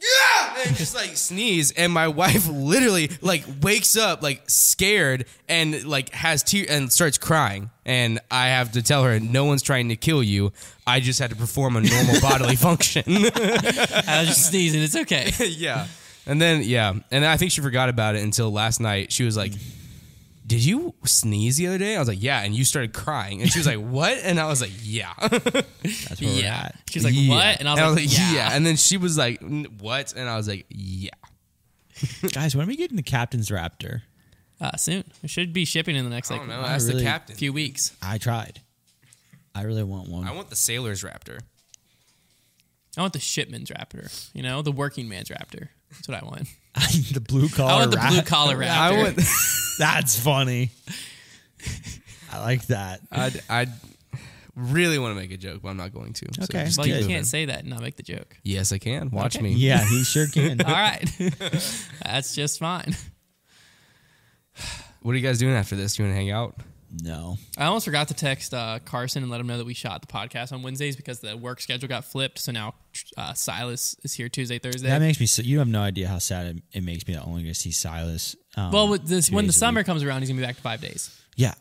Speaker 1: yeah, and just like sneeze, and my wife literally like wakes up like scared and like has tear and starts crying, and I have to tell her no one's trying to kill you. I just had to perform a normal bodily function.
Speaker 2: I was just sneezing. It's okay.
Speaker 1: yeah, and then yeah, and then I think she forgot about it until last night. She was like, "Did you sneeze the other day?" I was like, "Yeah," and you started crying, and she was like, "What?" And I was like, "Yeah."
Speaker 3: That's where we're
Speaker 2: Yeah.
Speaker 3: at.
Speaker 2: She's like,
Speaker 1: Yeah.
Speaker 2: what? And I was, like, yeah.
Speaker 1: And then she was like, "N- what? And I was like, yeah.
Speaker 3: Guys, when are we getting the captain's raptor?
Speaker 2: Uh, soon. It should be shipping in the next
Speaker 1: I
Speaker 2: like
Speaker 1: don't know. Ask
Speaker 3: really-
Speaker 1: the captain.
Speaker 2: few weeks.
Speaker 3: I tried. I really want one.
Speaker 1: I want the sailor's raptor.
Speaker 2: I want the shipman's raptor, you know, the working man's raptor. That's what I want.
Speaker 3: the blue collar.
Speaker 2: I want the
Speaker 3: rap-
Speaker 2: blue collar raptor.
Speaker 1: I want.
Speaker 3: That's funny. I like that.
Speaker 1: I'd, I'd really want to make a joke, but I'm not going to. So
Speaker 3: Okay.
Speaker 1: just
Speaker 2: Well,
Speaker 1: keep
Speaker 2: you
Speaker 1: moving.
Speaker 2: can't say that and not make the joke.
Speaker 1: Yes, I can. Watch
Speaker 2: Okay.
Speaker 1: me.
Speaker 3: Yeah, he sure can.
Speaker 2: All right. That's just fine.
Speaker 1: What are you guys doing after this? You want to hang out?
Speaker 3: no.
Speaker 2: I almost forgot to text uh, Carson and let him know that we shot the podcast on Wednesdays because the work schedule got flipped. So now uh, Silas is here Tuesday, Thursday.
Speaker 3: That makes me so you have no idea how sad it, it makes me that I'm only gonna see Silas. Um,
Speaker 2: well, with this,
Speaker 3: two
Speaker 2: when the
Speaker 3: days a
Speaker 2: summer
Speaker 3: week.
Speaker 2: comes around, he's going to be back to five days.
Speaker 3: Yeah.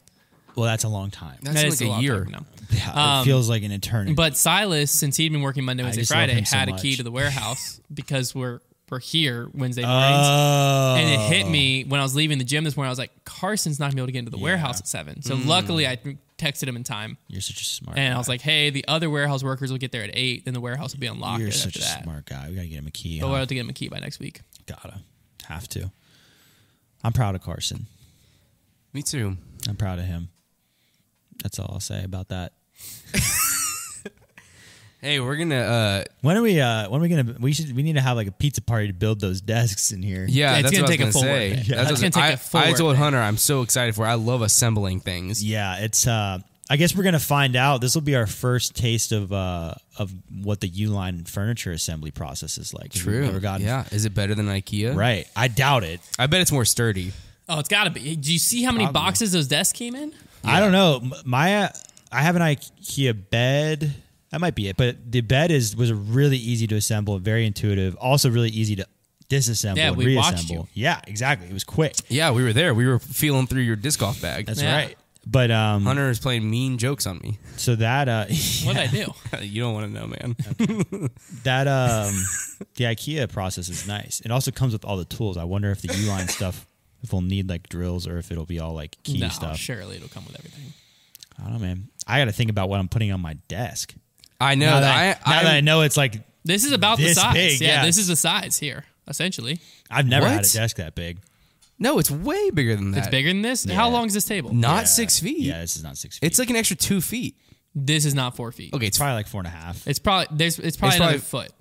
Speaker 3: Well, that's a long time.
Speaker 1: That's
Speaker 2: That
Speaker 1: like
Speaker 2: is
Speaker 1: a
Speaker 2: long
Speaker 1: year.
Speaker 2: time from now.
Speaker 3: Yeah, it feels like an eternity.
Speaker 2: But Silas, since he'd been working Monday, Wednesday,
Speaker 3: just love
Speaker 2: Friday,
Speaker 3: him so
Speaker 2: had a key
Speaker 3: much.
Speaker 2: to the warehouse because we're we're here Wednesday mornings.
Speaker 3: oh,
Speaker 2: and it hit me when I was leaving the gym this morning. I was like, Carson's not gonna be able to get into the warehouse at seven. So
Speaker 3: Mm.
Speaker 2: luckily, I texted him in time,
Speaker 3: You're such a smart.
Speaker 2: and I
Speaker 3: guy.
Speaker 2: was like, Hey, the other warehouse workers will get there at eight, and the warehouse will be unlocked
Speaker 3: You're
Speaker 2: right
Speaker 3: such
Speaker 2: after
Speaker 3: a
Speaker 2: that.
Speaker 3: smart guy. We gotta get him a key.
Speaker 2: But
Speaker 3: huh?
Speaker 2: we'll have to get him a key by next week.
Speaker 3: Gotta have to. I'm proud of Carson.
Speaker 1: Me too.
Speaker 3: I'm proud of him. That's all I'll say about that.
Speaker 1: Hey, we're gonna. uh
Speaker 3: When are we? Uh, when are we gonna? We should. We need to have like a pizza party to build those desks in here.
Speaker 1: Yeah,
Speaker 2: Yeah, it's
Speaker 1: that's
Speaker 2: gonna
Speaker 1: what
Speaker 2: take a
Speaker 1: I was
Speaker 2: full
Speaker 1: gonna
Speaker 2: work
Speaker 1: say.
Speaker 2: day.
Speaker 1: That's
Speaker 2: It's
Speaker 1: what-
Speaker 2: gonna take
Speaker 1: I-
Speaker 2: a full
Speaker 1: I
Speaker 2: work
Speaker 1: told
Speaker 2: day.
Speaker 1: Hunter I'm so excited for. it. I love assembling things.
Speaker 3: Yeah, it's. Uh, I guess we're gonna find out. This will be our first taste of uh of what the U line furniture assembly process is like. 'Cause we've
Speaker 1: True.
Speaker 3: never gotten-
Speaker 1: yeah. Is it better than IKEA?
Speaker 3: Right. I doubt it.
Speaker 1: I bet it's more sturdy.
Speaker 2: Oh, it's gotta be. Do you see how many boxes those desks came in?
Speaker 3: I don't know. M- My uh, I have an IKEA bed. That might be it. But the bed is was really easy to assemble, very intuitive, also really easy to disassemble
Speaker 2: Yeah,
Speaker 3: and
Speaker 2: we watched
Speaker 3: reassemble.
Speaker 2: you.
Speaker 3: Yeah, exactly. It was quick.
Speaker 1: Yeah, we were there. We were feeling through your disc golf bag.
Speaker 3: That's
Speaker 2: Yeah.
Speaker 3: right. But um
Speaker 1: Hunter is playing mean jokes on me.
Speaker 3: so that uh
Speaker 2: What did I do?
Speaker 1: you don't want to know, man.
Speaker 3: that um the IKEA process is nice. It also comes with all the tools. I wonder if the U-line stuff if we'll need like drills or if it'll be all like key
Speaker 2: no,
Speaker 3: stuff.
Speaker 2: surely it'll come with everything.
Speaker 3: I don't know, man. I got to think about what I'm putting on my desk.
Speaker 1: I know.
Speaker 3: now
Speaker 1: that,
Speaker 3: that, I, now
Speaker 1: I,
Speaker 3: that
Speaker 1: I,
Speaker 3: I know it's like
Speaker 2: This is about
Speaker 3: This
Speaker 2: the size.
Speaker 3: big,
Speaker 2: yeah,
Speaker 3: yeah.
Speaker 2: this is the size here, essentially.
Speaker 3: I've never had
Speaker 1: What?
Speaker 3: a desk that big.
Speaker 1: no, it's way bigger than that.
Speaker 2: It's bigger than this. How long is this table?
Speaker 1: Not
Speaker 3: Yeah.
Speaker 1: six feet.
Speaker 3: Yeah, this is not six feet.
Speaker 1: It's like an extra two feet.
Speaker 2: This is not four feet.
Speaker 1: Okay, it's
Speaker 3: It's probably like four and a half.
Speaker 2: It's probably there's it's probably
Speaker 1: It's
Speaker 2: another
Speaker 1: probably-
Speaker 2: foot.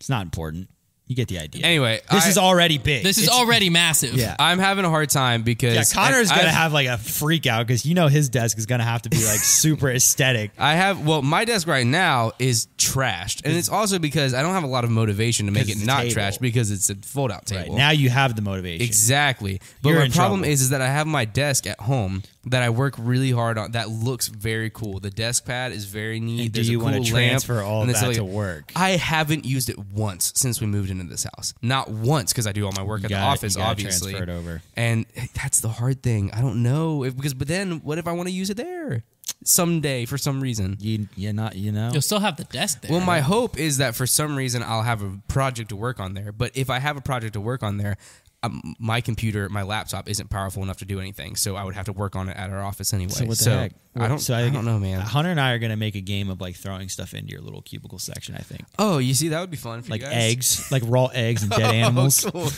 Speaker 3: It's not important. You get the idea.
Speaker 1: Anyway,
Speaker 3: this
Speaker 1: I-
Speaker 3: is already big.
Speaker 2: This is
Speaker 3: It's-
Speaker 2: already massive.
Speaker 3: Yeah.
Speaker 1: I'm having a hard time because
Speaker 3: Yeah, Connor's
Speaker 1: I-
Speaker 3: gonna
Speaker 1: I've-
Speaker 3: have like a freak out because you know his desk is gonna have to be like super aesthetic.
Speaker 1: I have well, my desk right now is trashed, and it's also because I don't have a lot of motivation to make it
Speaker 3: Because it's a
Speaker 1: not
Speaker 3: table.
Speaker 1: trashed because it's a fold-out table.
Speaker 3: Right now, you have the motivation.
Speaker 1: Exactly. But
Speaker 3: You're
Speaker 1: my
Speaker 3: in
Speaker 1: problem
Speaker 3: trouble.
Speaker 1: is, is that I have my desk at home that I work really hard on. That looks very cool. The desk pad is very neat.
Speaker 3: And do
Speaker 1: There's a
Speaker 3: you
Speaker 1: cool
Speaker 3: wanna
Speaker 1: lamp,
Speaker 3: transfer all
Speaker 1: and it's
Speaker 3: that to work?
Speaker 1: I haven't used it once since we moved into this house. Not once because I do all my work at the
Speaker 3: gotta-
Speaker 1: office,
Speaker 3: you gotta
Speaker 1: obviously.
Speaker 3: transfer it over.
Speaker 1: And that's the hard thing. I don't know if, because, but then what if I want to use it there someday for some reason?
Speaker 3: You, you're not. You know.
Speaker 2: You'll still have the desk there.
Speaker 1: Well, my hope is that for some reason I'll have a project to work on there. But if I have a project to work on there, um, my computer, my laptop isn't powerful enough to do anything, so I would have to work on it at our office anyway.
Speaker 3: So what the heck?
Speaker 1: I don't.
Speaker 3: So
Speaker 1: I, don't know, man.
Speaker 3: Hunter and I are gonna make a game of like throwing stuff into your little cubicle section. I think
Speaker 1: Oh, you see, that would be fun. For
Speaker 3: like
Speaker 1: you guys. Oh,
Speaker 3: eggs, like raw eggs and dead animals.
Speaker 1: Cool.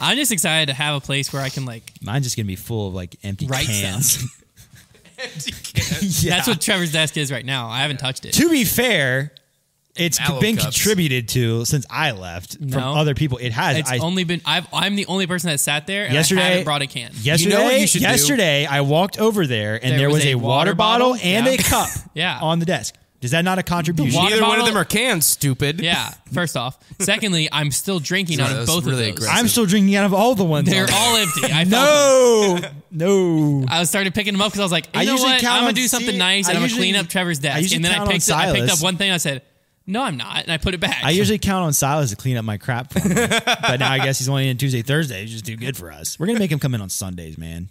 Speaker 2: I'm just excited to have a place where I can like.
Speaker 3: Mine's just gonna be full of like empty
Speaker 2: Right
Speaker 3: cans. Yeah.
Speaker 2: That's what Trevor's desk is right now. I haven't touched it.
Speaker 3: to be fair, it's
Speaker 1: Mallow
Speaker 3: been
Speaker 1: cups.
Speaker 3: contributed to since I left from
Speaker 2: No.
Speaker 3: other people. It has.
Speaker 2: It's
Speaker 3: I,
Speaker 2: only been. I've, I'm the only person that sat there. And
Speaker 3: Yesterday-
Speaker 2: I haven't brought a can.
Speaker 3: Yesterday,
Speaker 1: You know what you should do?
Speaker 3: yesterday I walked over there and there, was, a, water bottle and
Speaker 2: yeah.
Speaker 3: a cup
Speaker 2: Yeah.
Speaker 3: on the desk. Is that not a contribution?
Speaker 2: water-
Speaker 1: Neither one of
Speaker 2: bottle-
Speaker 1: them are cans, stupid.
Speaker 2: Yeah. First off. Secondly, I'm still drinking
Speaker 1: Yeah,
Speaker 2: out of
Speaker 1: that's
Speaker 2: both
Speaker 1: really
Speaker 2: of those.
Speaker 1: aggressive.
Speaker 3: I'm still drinking out of all the ones.
Speaker 2: They're
Speaker 3: on-
Speaker 2: all empty. I felt-
Speaker 3: no, no.
Speaker 2: I started picking them up because I was like, you
Speaker 3: I
Speaker 2: know
Speaker 3: usually
Speaker 2: what?
Speaker 3: count
Speaker 2: I'm gonna
Speaker 3: on-
Speaker 2: do something
Speaker 3: see,
Speaker 2: nice
Speaker 3: I
Speaker 2: and I'm gonna
Speaker 3: usually-
Speaker 2: clean up Trevor's
Speaker 3: I
Speaker 2: desk.
Speaker 3: usually
Speaker 2: and then I
Speaker 3: count on
Speaker 2: picked, up, I picked
Speaker 3: Silas.
Speaker 2: up one thing. And I said, No, I'm not, and I put it back.
Speaker 3: I usually count on Silas to clean up my crap, for me. but now I guess he's only in Tuesday, Thursday. He's just too good for us. We're gonna make him come in on Sundays, man.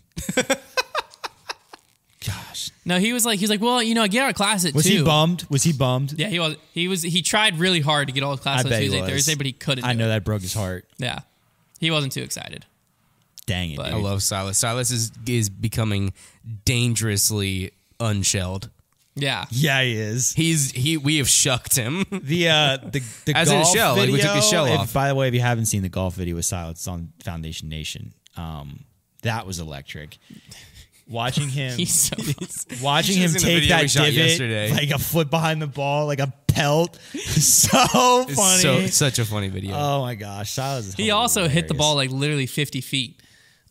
Speaker 3: Gosh,
Speaker 2: no, he was like, he was like, well, you know, I get out of class at
Speaker 3: was
Speaker 2: two.
Speaker 3: he bummed? Was he bummed?
Speaker 2: Yeah, he was. He was. He tried really hard to get all his
Speaker 3: I
Speaker 2: class on
Speaker 3: bet
Speaker 2: Tuesday,
Speaker 3: he was.
Speaker 2: Thursday, but he couldn't.
Speaker 3: I
Speaker 2: do
Speaker 3: know
Speaker 2: it.
Speaker 3: that broke his heart.
Speaker 2: Yeah, he wasn't too excited.
Speaker 3: Dang it!
Speaker 2: But-
Speaker 1: I
Speaker 3: dude.
Speaker 1: love Silas. Silas is is becoming dangerously unshelled.
Speaker 2: Yeah,
Speaker 3: Yeah, he is.
Speaker 1: He's he. We have shucked him.
Speaker 3: the uh the the
Speaker 1: As in a
Speaker 3: golf
Speaker 1: shell, like,
Speaker 3: video.
Speaker 1: we took his shell
Speaker 3: if-
Speaker 1: off.
Speaker 3: By the way, if you haven't seen the golf video with Silas, it's on Foundation Nation. Um, that was electric. Watching him,
Speaker 2: he's so.
Speaker 3: watching
Speaker 1: He's
Speaker 3: him
Speaker 1: in the
Speaker 3: take
Speaker 1: video we
Speaker 3: that
Speaker 1: shot
Speaker 3: divot
Speaker 1: yesterday.
Speaker 3: like a foot behind the ball, like a pelt. so funny.
Speaker 1: It's so such a funny video.
Speaker 3: oh my gosh, Silas. Is
Speaker 2: he also hit the
Speaker 3: hilarious.
Speaker 2: ball like literally fifty feet,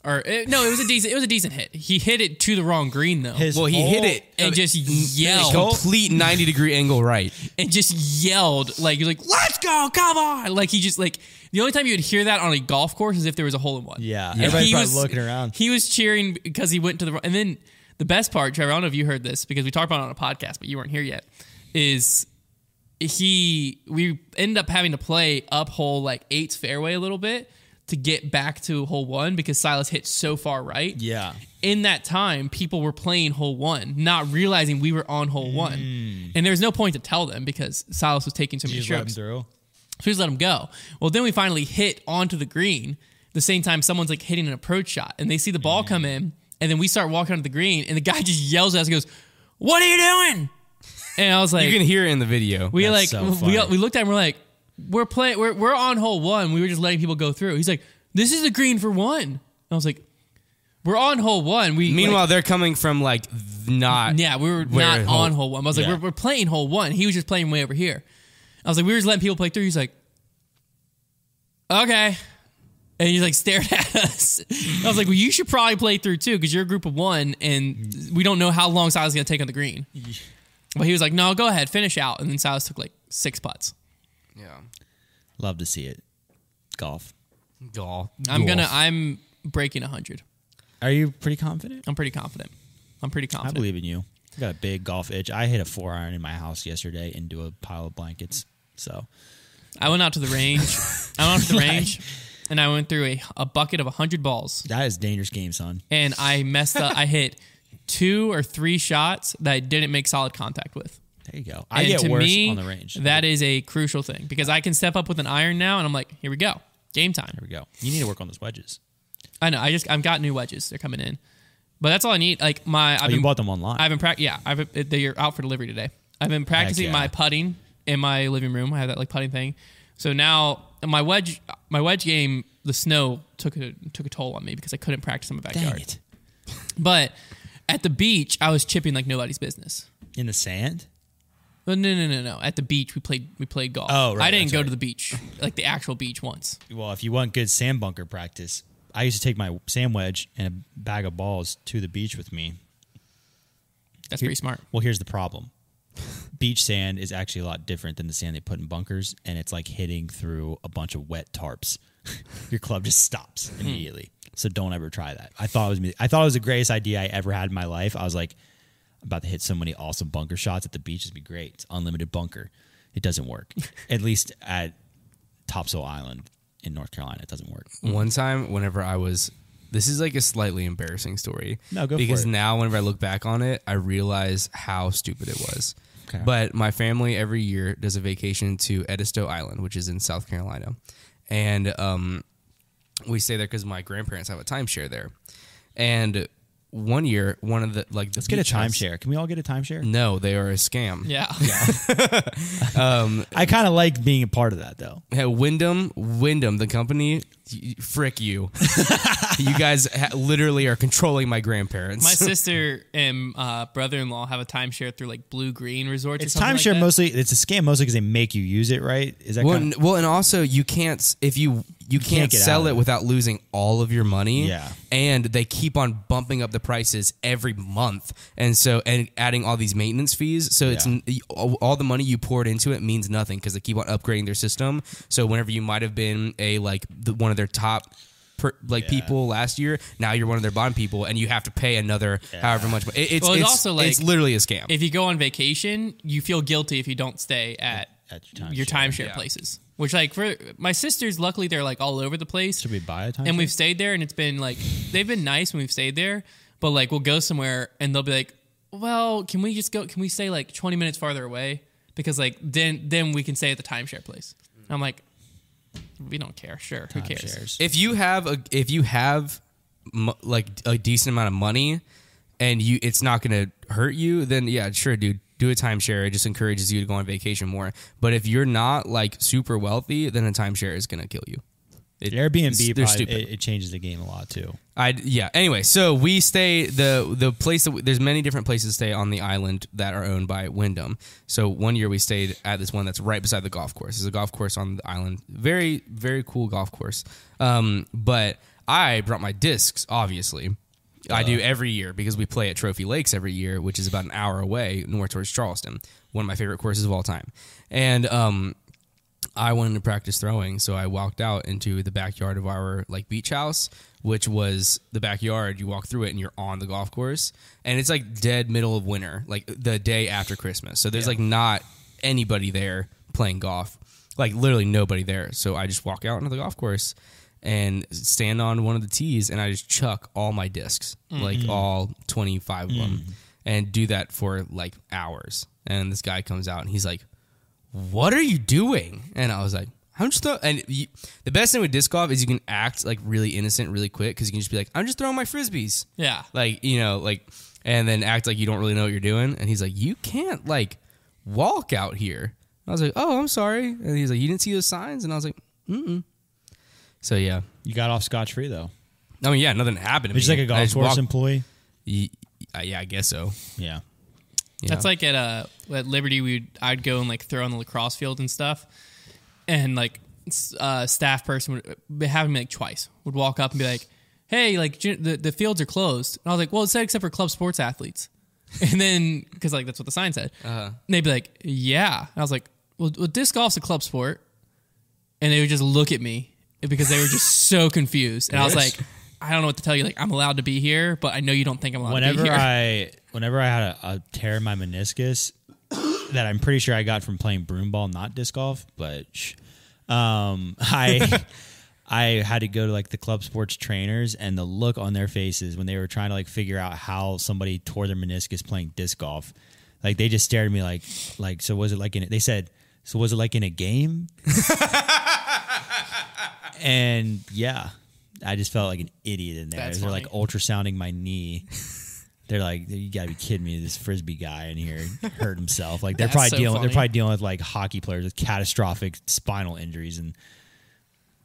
Speaker 2: or eh, no, it was a decent. It was a decent hit. He hit it to the wrong green though,
Speaker 3: His
Speaker 1: well, he
Speaker 3: whole-
Speaker 1: hit it
Speaker 2: and just
Speaker 1: a
Speaker 2: yelled
Speaker 1: complete ninety degree angle right.
Speaker 2: and just yelled like you're like, let's go, come on! Like he just like the only time you would hear that on a golf course is if there was a hole in one.
Speaker 3: Yeah,
Speaker 2: And
Speaker 3: everybody's
Speaker 2: he
Speaker 3: probably looking around.
Speaker 2: He was cheering because he went to the and then the best part, Trevor. I don't know if you heard this because we talked about it on a podcast, but you weren't here yet. Is he? We ended up having to play up hole like eights fairway a little bit to get back to hole one because Silas hit so far right
Speaker 3: Yeah.
Speaker 2: in that time, people were playing hole one, not realizing we were on hole one. And there was no point to tell them because Silas was taking so many
Speaker 3: Mm. Just let him
Speaker 2: strokes. So
Speaker 3: through.
Speaker 2: we just let him go. Well, then we finally hit onto the green. The same time, someone's like hitting an approach shot, and they see the ball come
Speaker 3: Mm.
Speaker 2: in, and then we start walking onto the green, and the guy just yells at us and goes, "What are you doing?" And I was like,
Speaker 1: You can hear it in the video.
Speaker 2: we like
Speaker 3: That's so
Speaker 2: we,
Speaker 3: funny.
Speaker 2: we looked at him. We're like, we're playing. We're, we're on hole one. We were just letting people go through. He's like, this is the green for one. And I was like, we're on hole one. We
Speaker 1: Meanwhile,
Speaker 2: like-
Speaker 1: they're coming from like th- not.
Speaker 2: yeah, we were
Speaker 1: Where
Speaker 2: not
Speaker 1: hole-
Speaker 2: on hole one. I was like,
Speaker 3: Yeah.
Speaker 2: we're, we're playing hole one. He was just playing way over here. I was like, we were just letting people play through. He's like, okay. And he's like stared at us. I was like, well, you should probably play through too because you're a group of one and we don't know how long Silas is going to take on the green. But he was like, no, go ahead, finish out. And then Silas took like six putts.
Speaker 1: yeah.
Speaker 3: Love to see it. Golf.
Speaker 1: Golf.
Speaker 2: I'm gonna. I'm breaking hundred.
Speaker 3: Are you pretty confident?
Speaker 2: I'm pretty confident. I'm pretty
Speaker 3: I
Speaker 2: confident.
Speaker 3: believe in you. I got a big golf itch. I hit a four iron in my house yesterday into a pile of blankets. So
Speaker 2: I went out to the range. I went out to the range, and I went through a, a bucket of hundred balls,
Speaker 3: that is a dangerous game, son.
Speaker 2: and I messed up. I hit two or three shots that I didn't make solid contact with.
Speaker 3: There you go. I
Speaker 2: and
Speaker 3: get
Speaker 2: to
Speaker 3: worse
Speaker 2: me,
Speaker 3: on the range.
Speaker 2: That is a crucial thing because I can step up with an iron now, and I'm like, here we go, game time.
Speaker 3: There we go. You need to work on those wedges.
Speaker 2: I know. I just I've got new wedges. They're coming in, but that's all I need. Like my I've
Speaker 3: Oh, you
Speaker 2: been
Speaker 3: bought them online.
Speaker 2: I've been practicing. Yeah, I've been, they're out for delivery today. I've been practicing
Speaker 3: yeah.
Speaker 2: my putting in my living room. I have that like putting thing. So now my wedge, my wedge game, the snow took a took a toll on me because I couldn't practice in my backyard.
Speaker 3: Dang it.
Speaker 2: But at the beach, I was chipping like nobody's business.
Speaker 3: In the sand?
Speaker 2: Well, no, no, no, no. At the beach, we played we played golf.
Speaker 3: Oh, right,
Speaker 2: I didn't
Speaker 3: that's
Speaker 2: go
Speaker 3: right.
Speaker 2: to the beach, like the actual beach, once.
Speaker 3: Well, if you want good sand bunker practice, I used to take my sand wedge and a bag of balls to the beach with me.
Speaker 2: That's pretty smart.
Speaker 3: Well, here's the problem. Beach sand is actually a lot different than the sand they put in bunkers, and it's like hitting through a bunch of wet tarps. Your club just stops immediately. So don't ever try that. I thought it was me- I thought it was the greatest idea I ever had in my life. I was like, I'm about to hit so many awesome bunker shots at the beach. It'd be great. It's unlimited bunker. It doesn't work. at least at Topsail Island in North Carolina, it doesn't work.
Speaker 1: One time, whenever I was, this is like a slightly embarrassing story.
Speaker 3: No, go for
Speaker 1: because
Speaker 3: it.
Speaker 1: now, whenever I look back on it, I realize how stupid it was.
Speaker 3: Okay.
Speaker 1: But my family every year does a vacation to Edisto Island, which is in South Carolina, and um, we stay there because my grandparents have a timeshare there. And one year, one of the like
Speaker 3: Let's get a timeshare. Can we all get a timeshare?
Speaker 1: No, they are a scam.
Speaker 2: Yeah.
Speaker 3: I kind of like being a part of that though.
Speaker 1: Hey, Wyndham, Wyndham, the company, y- frick you. you guys ha- literally are controlling my grandparents.
Speaker 2: My sister and uh, brother-in-law have a timeshare through like Blue Green Resorts.
Speaker 3: It's
Speaker 2: or something like
Speaker 3: timeshare
Speaker 2: that.
Speaker 3: mostly. It's a scam mostly because they make you use it, right? Is that
Speaker 1: well,
Speaker 3: kind
Speaker 1: n- well, and also you can't s- if you you can't,
Speaker 3: get out
Speaker 1: sell
Speaker 3: of
Speaker 1: it
Speaker 3: it.
Speaker 1: without losing all of your money.
Speaker 3: Yeah.
Speaker 1: and they keep on bumping up the prices every month, and so and adding all these maintenance fees. So it's
Speaker 3: Yeah.
Speaker 1: n- y- all all the money you poured into it means nothing because they keep on upgrading their system. So whenever you might have been a like the, one of their top. Per, like
Speaker 3: Yeah.
Speaker 1: people last year, now you're one of their bond people, and you have to pay another however much. But it's,
Speaker 2: Well, it's
Speaker 1: it's
Speaker 2: also, like,
Speaker 1: it's literally a scam.
Speaker 2: If you go on vacation, you feel guilty if you don't stay at,
Speaker 3: At your timeshare.
Speaker 2: your timeshare
Speaker 1: Yeah.
Speaker 2: places. Which like for my sisters, luckily they're like all over the place.
Speaker 3: Should we buy a timeshare?
Speaker 2: and we've stayed there and it's been like they've been nice when we've stayed there but like we'll go somewhere and they'll be like well can we just go can we stay like 20 minutes farther away because like then then we can stay at the timeshare place And i'm like we don't care sure who cares
Speaker 3: Timeshares.
Speaker 1: if you have a if you have mo- like a decent amount of money and you it's not going to hurt you then yeah sure dude do a timeshare it just encourages you to go on vacation more but if you're not like super wealthy then a timeshare is going to kill you it,
Speaker 3: Airbnb,
Speaker 1: they're
Speaker 3: probably,
Speaker 1: stupid.
Speaker 3: it, it changes the game a lot too.
Speaker 1: I yeah. Anyway, so we stay the the place that we, there's many different places to stay on the island that are owned by Wyndham. So one year we stayed at this one that's right beside the golf course. There's a golf course on the island, very very cool golf course. Um, but I brought my discs, obviously. I do every year because we play at Trophy Lakes every year, which is about an hour away north towards Charleston, one of my favorite courses of all time. And um, I wanted to practice throwing, so I walked out into the backyard of our like beach house, which was the backyard. You walk through it and you're on the golf course, and it's like dead middle of winter, like the day after Christmas. So there's like not anybody there playing golf, like literally nobody there. So I just walk out onto the golf course and stand on one of the tees, and I just chuck all my discs, like all 25 of them, and do that for like hours. And this guy comes out and he's like what are you doing? And I was like, I'm just throwing. And you, the best thing with disc golf is you can act like really innocent really quick because you can just be like, I'm just throwing my frisbees.
Speaker 2: Yeah.
Speaker 1: Like, you know, like, and then act like you don't really know what you're doing. And he's like, You can't like walk out here. I was like, Oh, I'm sorry. And he's like, You didn't see those signs? And I was like, Mm mm. So, yeah.
Speaker 3: You got off scotch free though.
Speaker 1: I mean, yeah, nothing happened. to
Speaker 3: It's
Speaker 1: me.
Speaker 3: like a
Speaker 1: I
Speaker 3: golf
Speaker 1: just
Speaker 3: course
Speaker 1: walked-
Speaker 3: employee.
Speaker 1: Y- y- yeah, I guess so.
Speaker 3: Yeah.
Speaker 1: Yeah.
Speaker 2: That's like at uh at Liberty we would I'd go and like throw on the lacrosse field and stuff, and like s- uh, staff person would be having me like twice would walk up and be like, "Hey, like j- the the fields are closed," and I was like, "Well, it said except for club sports athletes," and then because like that's what the sign said,
Speaker 1: Uh-huh.
Speaker 2: and they'd be like, "Yeah," and I was like, "Well, well disc golf's a club sport," and they would just look at me because they were just so confused, and I was
Speaker 1: Yes.
Speaker 2: like. I don't know what to tell you. Like, I'm allowed to be here, but I know you don't think I'm allowed to be
Speaker 3: Whenever
Speaker 2: here.
Speaker 3: I whenever I had a, a tear in my meniscus that I'm pretty sure I got from playing broom ball, not disc golf, but shh. um, I I had to go to like the club sports trainers and the look on their faces when they were trying to like figure out how somebody tore their meniscus playing disc golf. Like they just stared at me like like so was it like in they said so was it like in a game? and yeah, I just felt like an idiot in there.
Speaker 2: That's
Speaker 3: They're like
Speaker 2: funny.
Speaker 3: ultrasounding my knee. They're like, you gotta be kidding me! This frisbee guy in here hurt himself. Like they're
Speaker 2: That's
Speaker 3: probably
Speaker 2: so
Speaker 3: dealing. They're
Speaker 2: funny.
Speaker 3: probably dealing with like hockey players with catastrophic spinal injuries and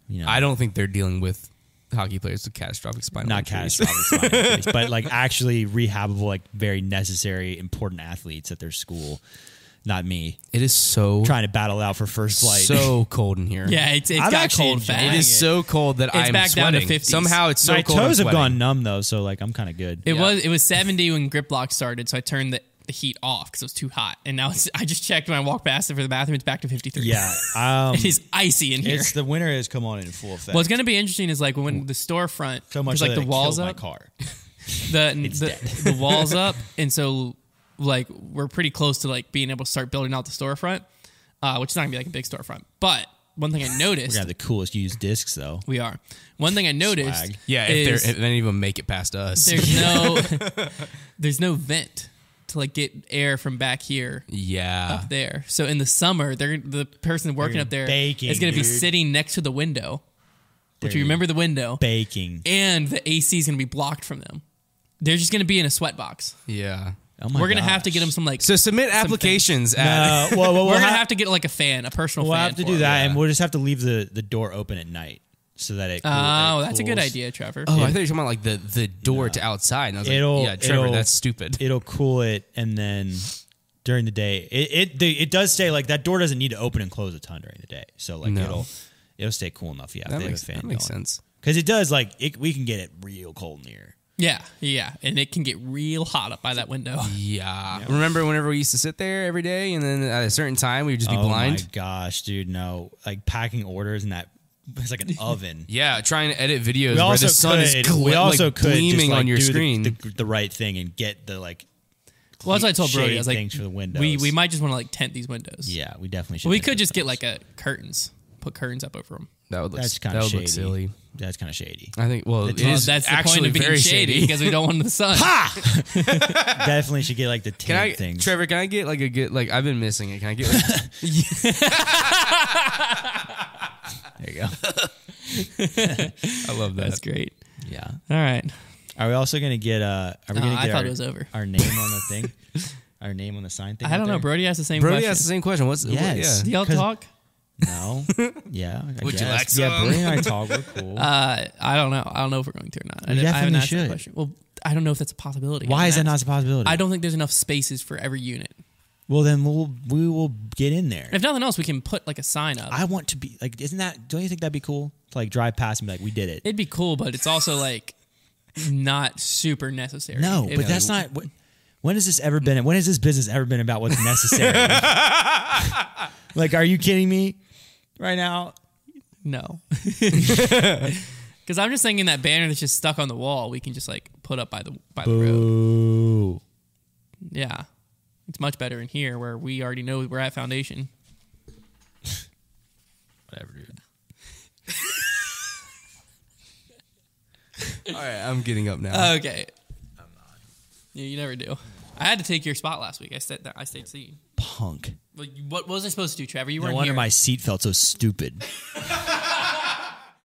Speaker 3: you know,
Speaker 1: I don't think they're dealing with hockey players with catastrophic spinal
Speaker 3: not
Speaker 1: injuries.
Speaker 3: catastrophic spinal injuries, but like actually rehabable, like very necessary, important athletes at their school not me,
Speaker 1: It is so
Speaker 3: trying to battle out for first flight.
Speaker 1: so cold in here.
Speaker 2: Yeah, it's, it's
Speaker 3: I'm
Speaker 2: got
Speaker 3: actually
Speaker 2: cold
Speaker 3: enjoying
Speaker 2: fat.
Speaker 1: It is so cold that I'm
Speaker 2: back down
Speaker 1: sweating.
Speaker 2: to 50s.
Speaker 1: Somehow it's so
Speaker 3: my
Speaker 1: cold.
Speaker 3: toes
Speaker 1: I'm
Speaker 3: have
Speaker 1: sweating.
Speaker 3: gone numb though, so like I'm kind of good.
Speaker 2: It
Speaker 1: Yeah.
Speaker 2: was it was 70 when grip lock started, so I turned the, the heat off because it was too hot. And now it's, I just checked when I walked past it for the bathroom. It's back to 53.
Speaker 3: yeah, um,
Speaker 2: it is icy in here.
Speaker 3: it's the winter has come on in full effect.
Speaker 2: What's going to be interesting is like when the storefront,
Speaker 3: so
Speaker 2: there's,
Speaker 3: much
Speaker 2: like
Speaker 3: so that
Speaker 2: the
Speaker 3: it
Speaker 2: walls
Speaker 3: killed
Speaker 2: up,
Speaker 3: my car.
Speaker 2: the the, the walls up, and so like we're pretty close to like being able to start building out the storefront, uh, which is not gonna be like a big storefront. But one thing I
Speaker 3: We're
Speaker 2: noticed,
Speaker 3: gonna have the coolest used discs though.
Speaker 2: we are. One thing I noticed,
Speaker 3: Swag.
Speaker 1: Yeah,
Speaker 2: is
Speaker 1: if, they're, if any of them make it past us.
Speaker 2: there's no there's no vent to like get air from back here
Speaker 1: yeah.
Speaker 2: there. So in the summer, they're the person working up there
Speaker 3: baking,
Speaker 2: is going to be
Speaker 3: dude.
Speaker 2: sitting next to the window. But
Speaker 3: They're
Speaker 2: you remember the window,
Speaker 3: Baking.
Speaker 2: and the AC is going to be blocked from them. They're just going to be in a sweat box.
Speaker 1: Yeah.
Speaker 3: Oh my
Speaker 2: We're going to
Speaker 3: gosh.
Speaker 2: have to get them some like.
Speaker 1: So submit applications at
Speaker 3: Uh, well, well,
Speaker 2: we're
Speaker 3: we'll
Speaker 2: going to
Speaker 3: ha-
Speaker 2: have to get like a fan, a personal
Speaker 3: We'll
Speaker 2: fan.
Speaker 3: have to
Speaker 2: for
Speaker 3: do
Speaker 2: them.
Speaker 3: that,
Speaker 1: yeah.
Speaker 3: and we'll just have to leave the the door open at night so that it. cool-
Speaker 2: Oh,
Speaker 3: it
Speaker 2: that's a good
Speaker 3: cools.
Speaker 2: idea, Trevor.
Speaker 1: Oh, I thought you were talking about like the, the door to outside. And I was
Speaker 3: It'll-
Speaker 1: like, yeah, Trevor,
Speaker 3: it'll-
Speaker 1: that's stupid.
Speaker 3: It'll cool it, and then during the day, it it the, it does stay like that door doesn't need to open and close a ton during the day. So like
Speaker 1: No.
Speaker 3: it'll it'll stay cool enough. Yeah,
Speaker 1: that makes, that makes sense.
Speaker 3: because it does like it, we can get it real cold in here.
Speaker 2: Yeah, yeah, and it can get real hot up by that window.
Speaker 1: Yeah. Remember whenever we used to sit there every day and then at a certain time we would just be
Speaker 3: oh
Speaker 1: blind?
Speaker 3: my gosh, dude, no! Like packing orders in that it's like an oven.
Speaker 1: Yeah, trying to edit videos
Speaker 3: We
Speaker 1: where
Speaker 3: also
Speaker 1: the sun
Speaker 3: could,
Speaker 1: is gl-
Speaker 3: we also
Speaker 1: like,
Speaker 3: could just,
Speaker 1: gleaming
Speaker 3: like,
Speaker 1: on your
Speaker 3: do the-
Speaker 1: screen.
Speaker 3: the, the, right thing and get the like.
Speaker 2: Well, that's what I told Brody. I
Speaker 3: shade
Speaker 2: was like,
Speaker 3: things for the windows.
Speaker 2: we we might just want to like tent these windows.
Speaker 3: Yeah, we definitely should.
Speaker 2: Well, we
Speaker 3: get
Speaker 2: could
Speaker 3: those
Speaker 2: just get
Speaker 3: things.
Speaker 2: like a curtains, put curtains up over them.
Speaker 1: that would look,
Speaker 3: That's kind
Speaker 1: that
Speaker 3: of
Speaker 1: would
Speaker 3: shady.
Speaker 1: look silly.
Speaker 3: That's kind of shady.
Speaker 1: I think, well, it
Speaker 3: Well,
Speaker 1: is
Speaker 2: that's the point
Speaker 1: actually
Speaker 2: of being
Speaker 1: very
Speaker 2: shady,
Speaker 1: shady.
Speaker 2: because we don't want the sun.
Speaker 3: definitely should get like the
Speaker 1: Can I,
Speaker 3: tape things.
Speaker 1: Trevor? Can I get like a good like I've been missing it. Can I get like,
Speaker 3: There you
Speaker 1: I
Speaker 3: go.
Speaker 1: love that.
Speaker 2: That's great.
Speaker 3: Yeah.
Speaker 2: All right.
Speaker 3: Are we also gonna get uh? Are we
Speaker 2: No,
Speaker 3: gonna
Speaker 2: I
Speaker 3: get
Speaker 2: thought
Speaker 3: our,
Speaker 2: it was over.
Speaker 3: our name on the thing? our name on the sign thing.
Speaker 2: I
Speaker 3: up
Speaker 2: don't know.
Speaker 3: there?
Speaker 2: Brody asked the same
Speaker 1: Brody
Speaker 2: question.
Speaker 1: asked the same question. What's
Speaker 3: Yes.
Speaker 2: Do
Speaker 1: yeah.
Speaker 2: y'all
Speaker 3: 'Cause-
Speaker 2: talk?
Speaker 3: No. Yeah. I
Speaker 1: Would you like
Speaker 3: guess. Yeah,
Speaker 1: some?
Speaker 3: Brody and I talk. We're cool.
Speaker 2: Uh, I don't know. I don't know if we're going to or not. I,
Speaker 3: We
Speaker 2: didn't- I haven't
Speaker 3: definitely
Speaker 2: asked that
Speaker 3: should.
Speaker 2: question. Well, I don't know if that's a possibility.
Speaker 3: Why
Speaker 2: I
Speaker 3: is that
Speaker 2: haven't
Speaker 3: not
Speaker 2: asked.
Speaker 3: a possibility?
Speaker 2: I don't think there's enough spaces for every unit.
Speaker 3: well, then we'll we will get in there.
Speaker 2: If nothing else, we can put like a sign up.
Speaker 3: I want to be like. Isn't that? Don't you think that'd be cool to like drive past and be like, we did it?
Speaker 2: It'd be cool, but it's also like not super necessary.
Speaker 3: no,
Speaker 2: It-
Speaker 3: but that's not. What, when has this ever been? When has this business ever been about what's necessary? like, are you kidding me? Right now,
Speaker 2: No. Because I'm just thinking that banner that's just stuck on the wall, we can just like put up by the by the road.
Speaker 3: Boo.
Speaker 2: Yeah, it's much better in here where we already know we're at foundation.
Speaker 3: Whatever, dude.
Speaker 1: All right, I'm getting up now.
Speaker 2: Okay. Yeah, you never do. I had to take your spot last week. I said I stayed seated.
Speaker 3: Punk.
Speaker 2: Well, you- What was I supposed to do, Trevor? You
Speaker 3: No
Speaker 2: weren't
Speaker 3: wonder
Speaker 2: here.
Speaker 3: my seat felt so stupid.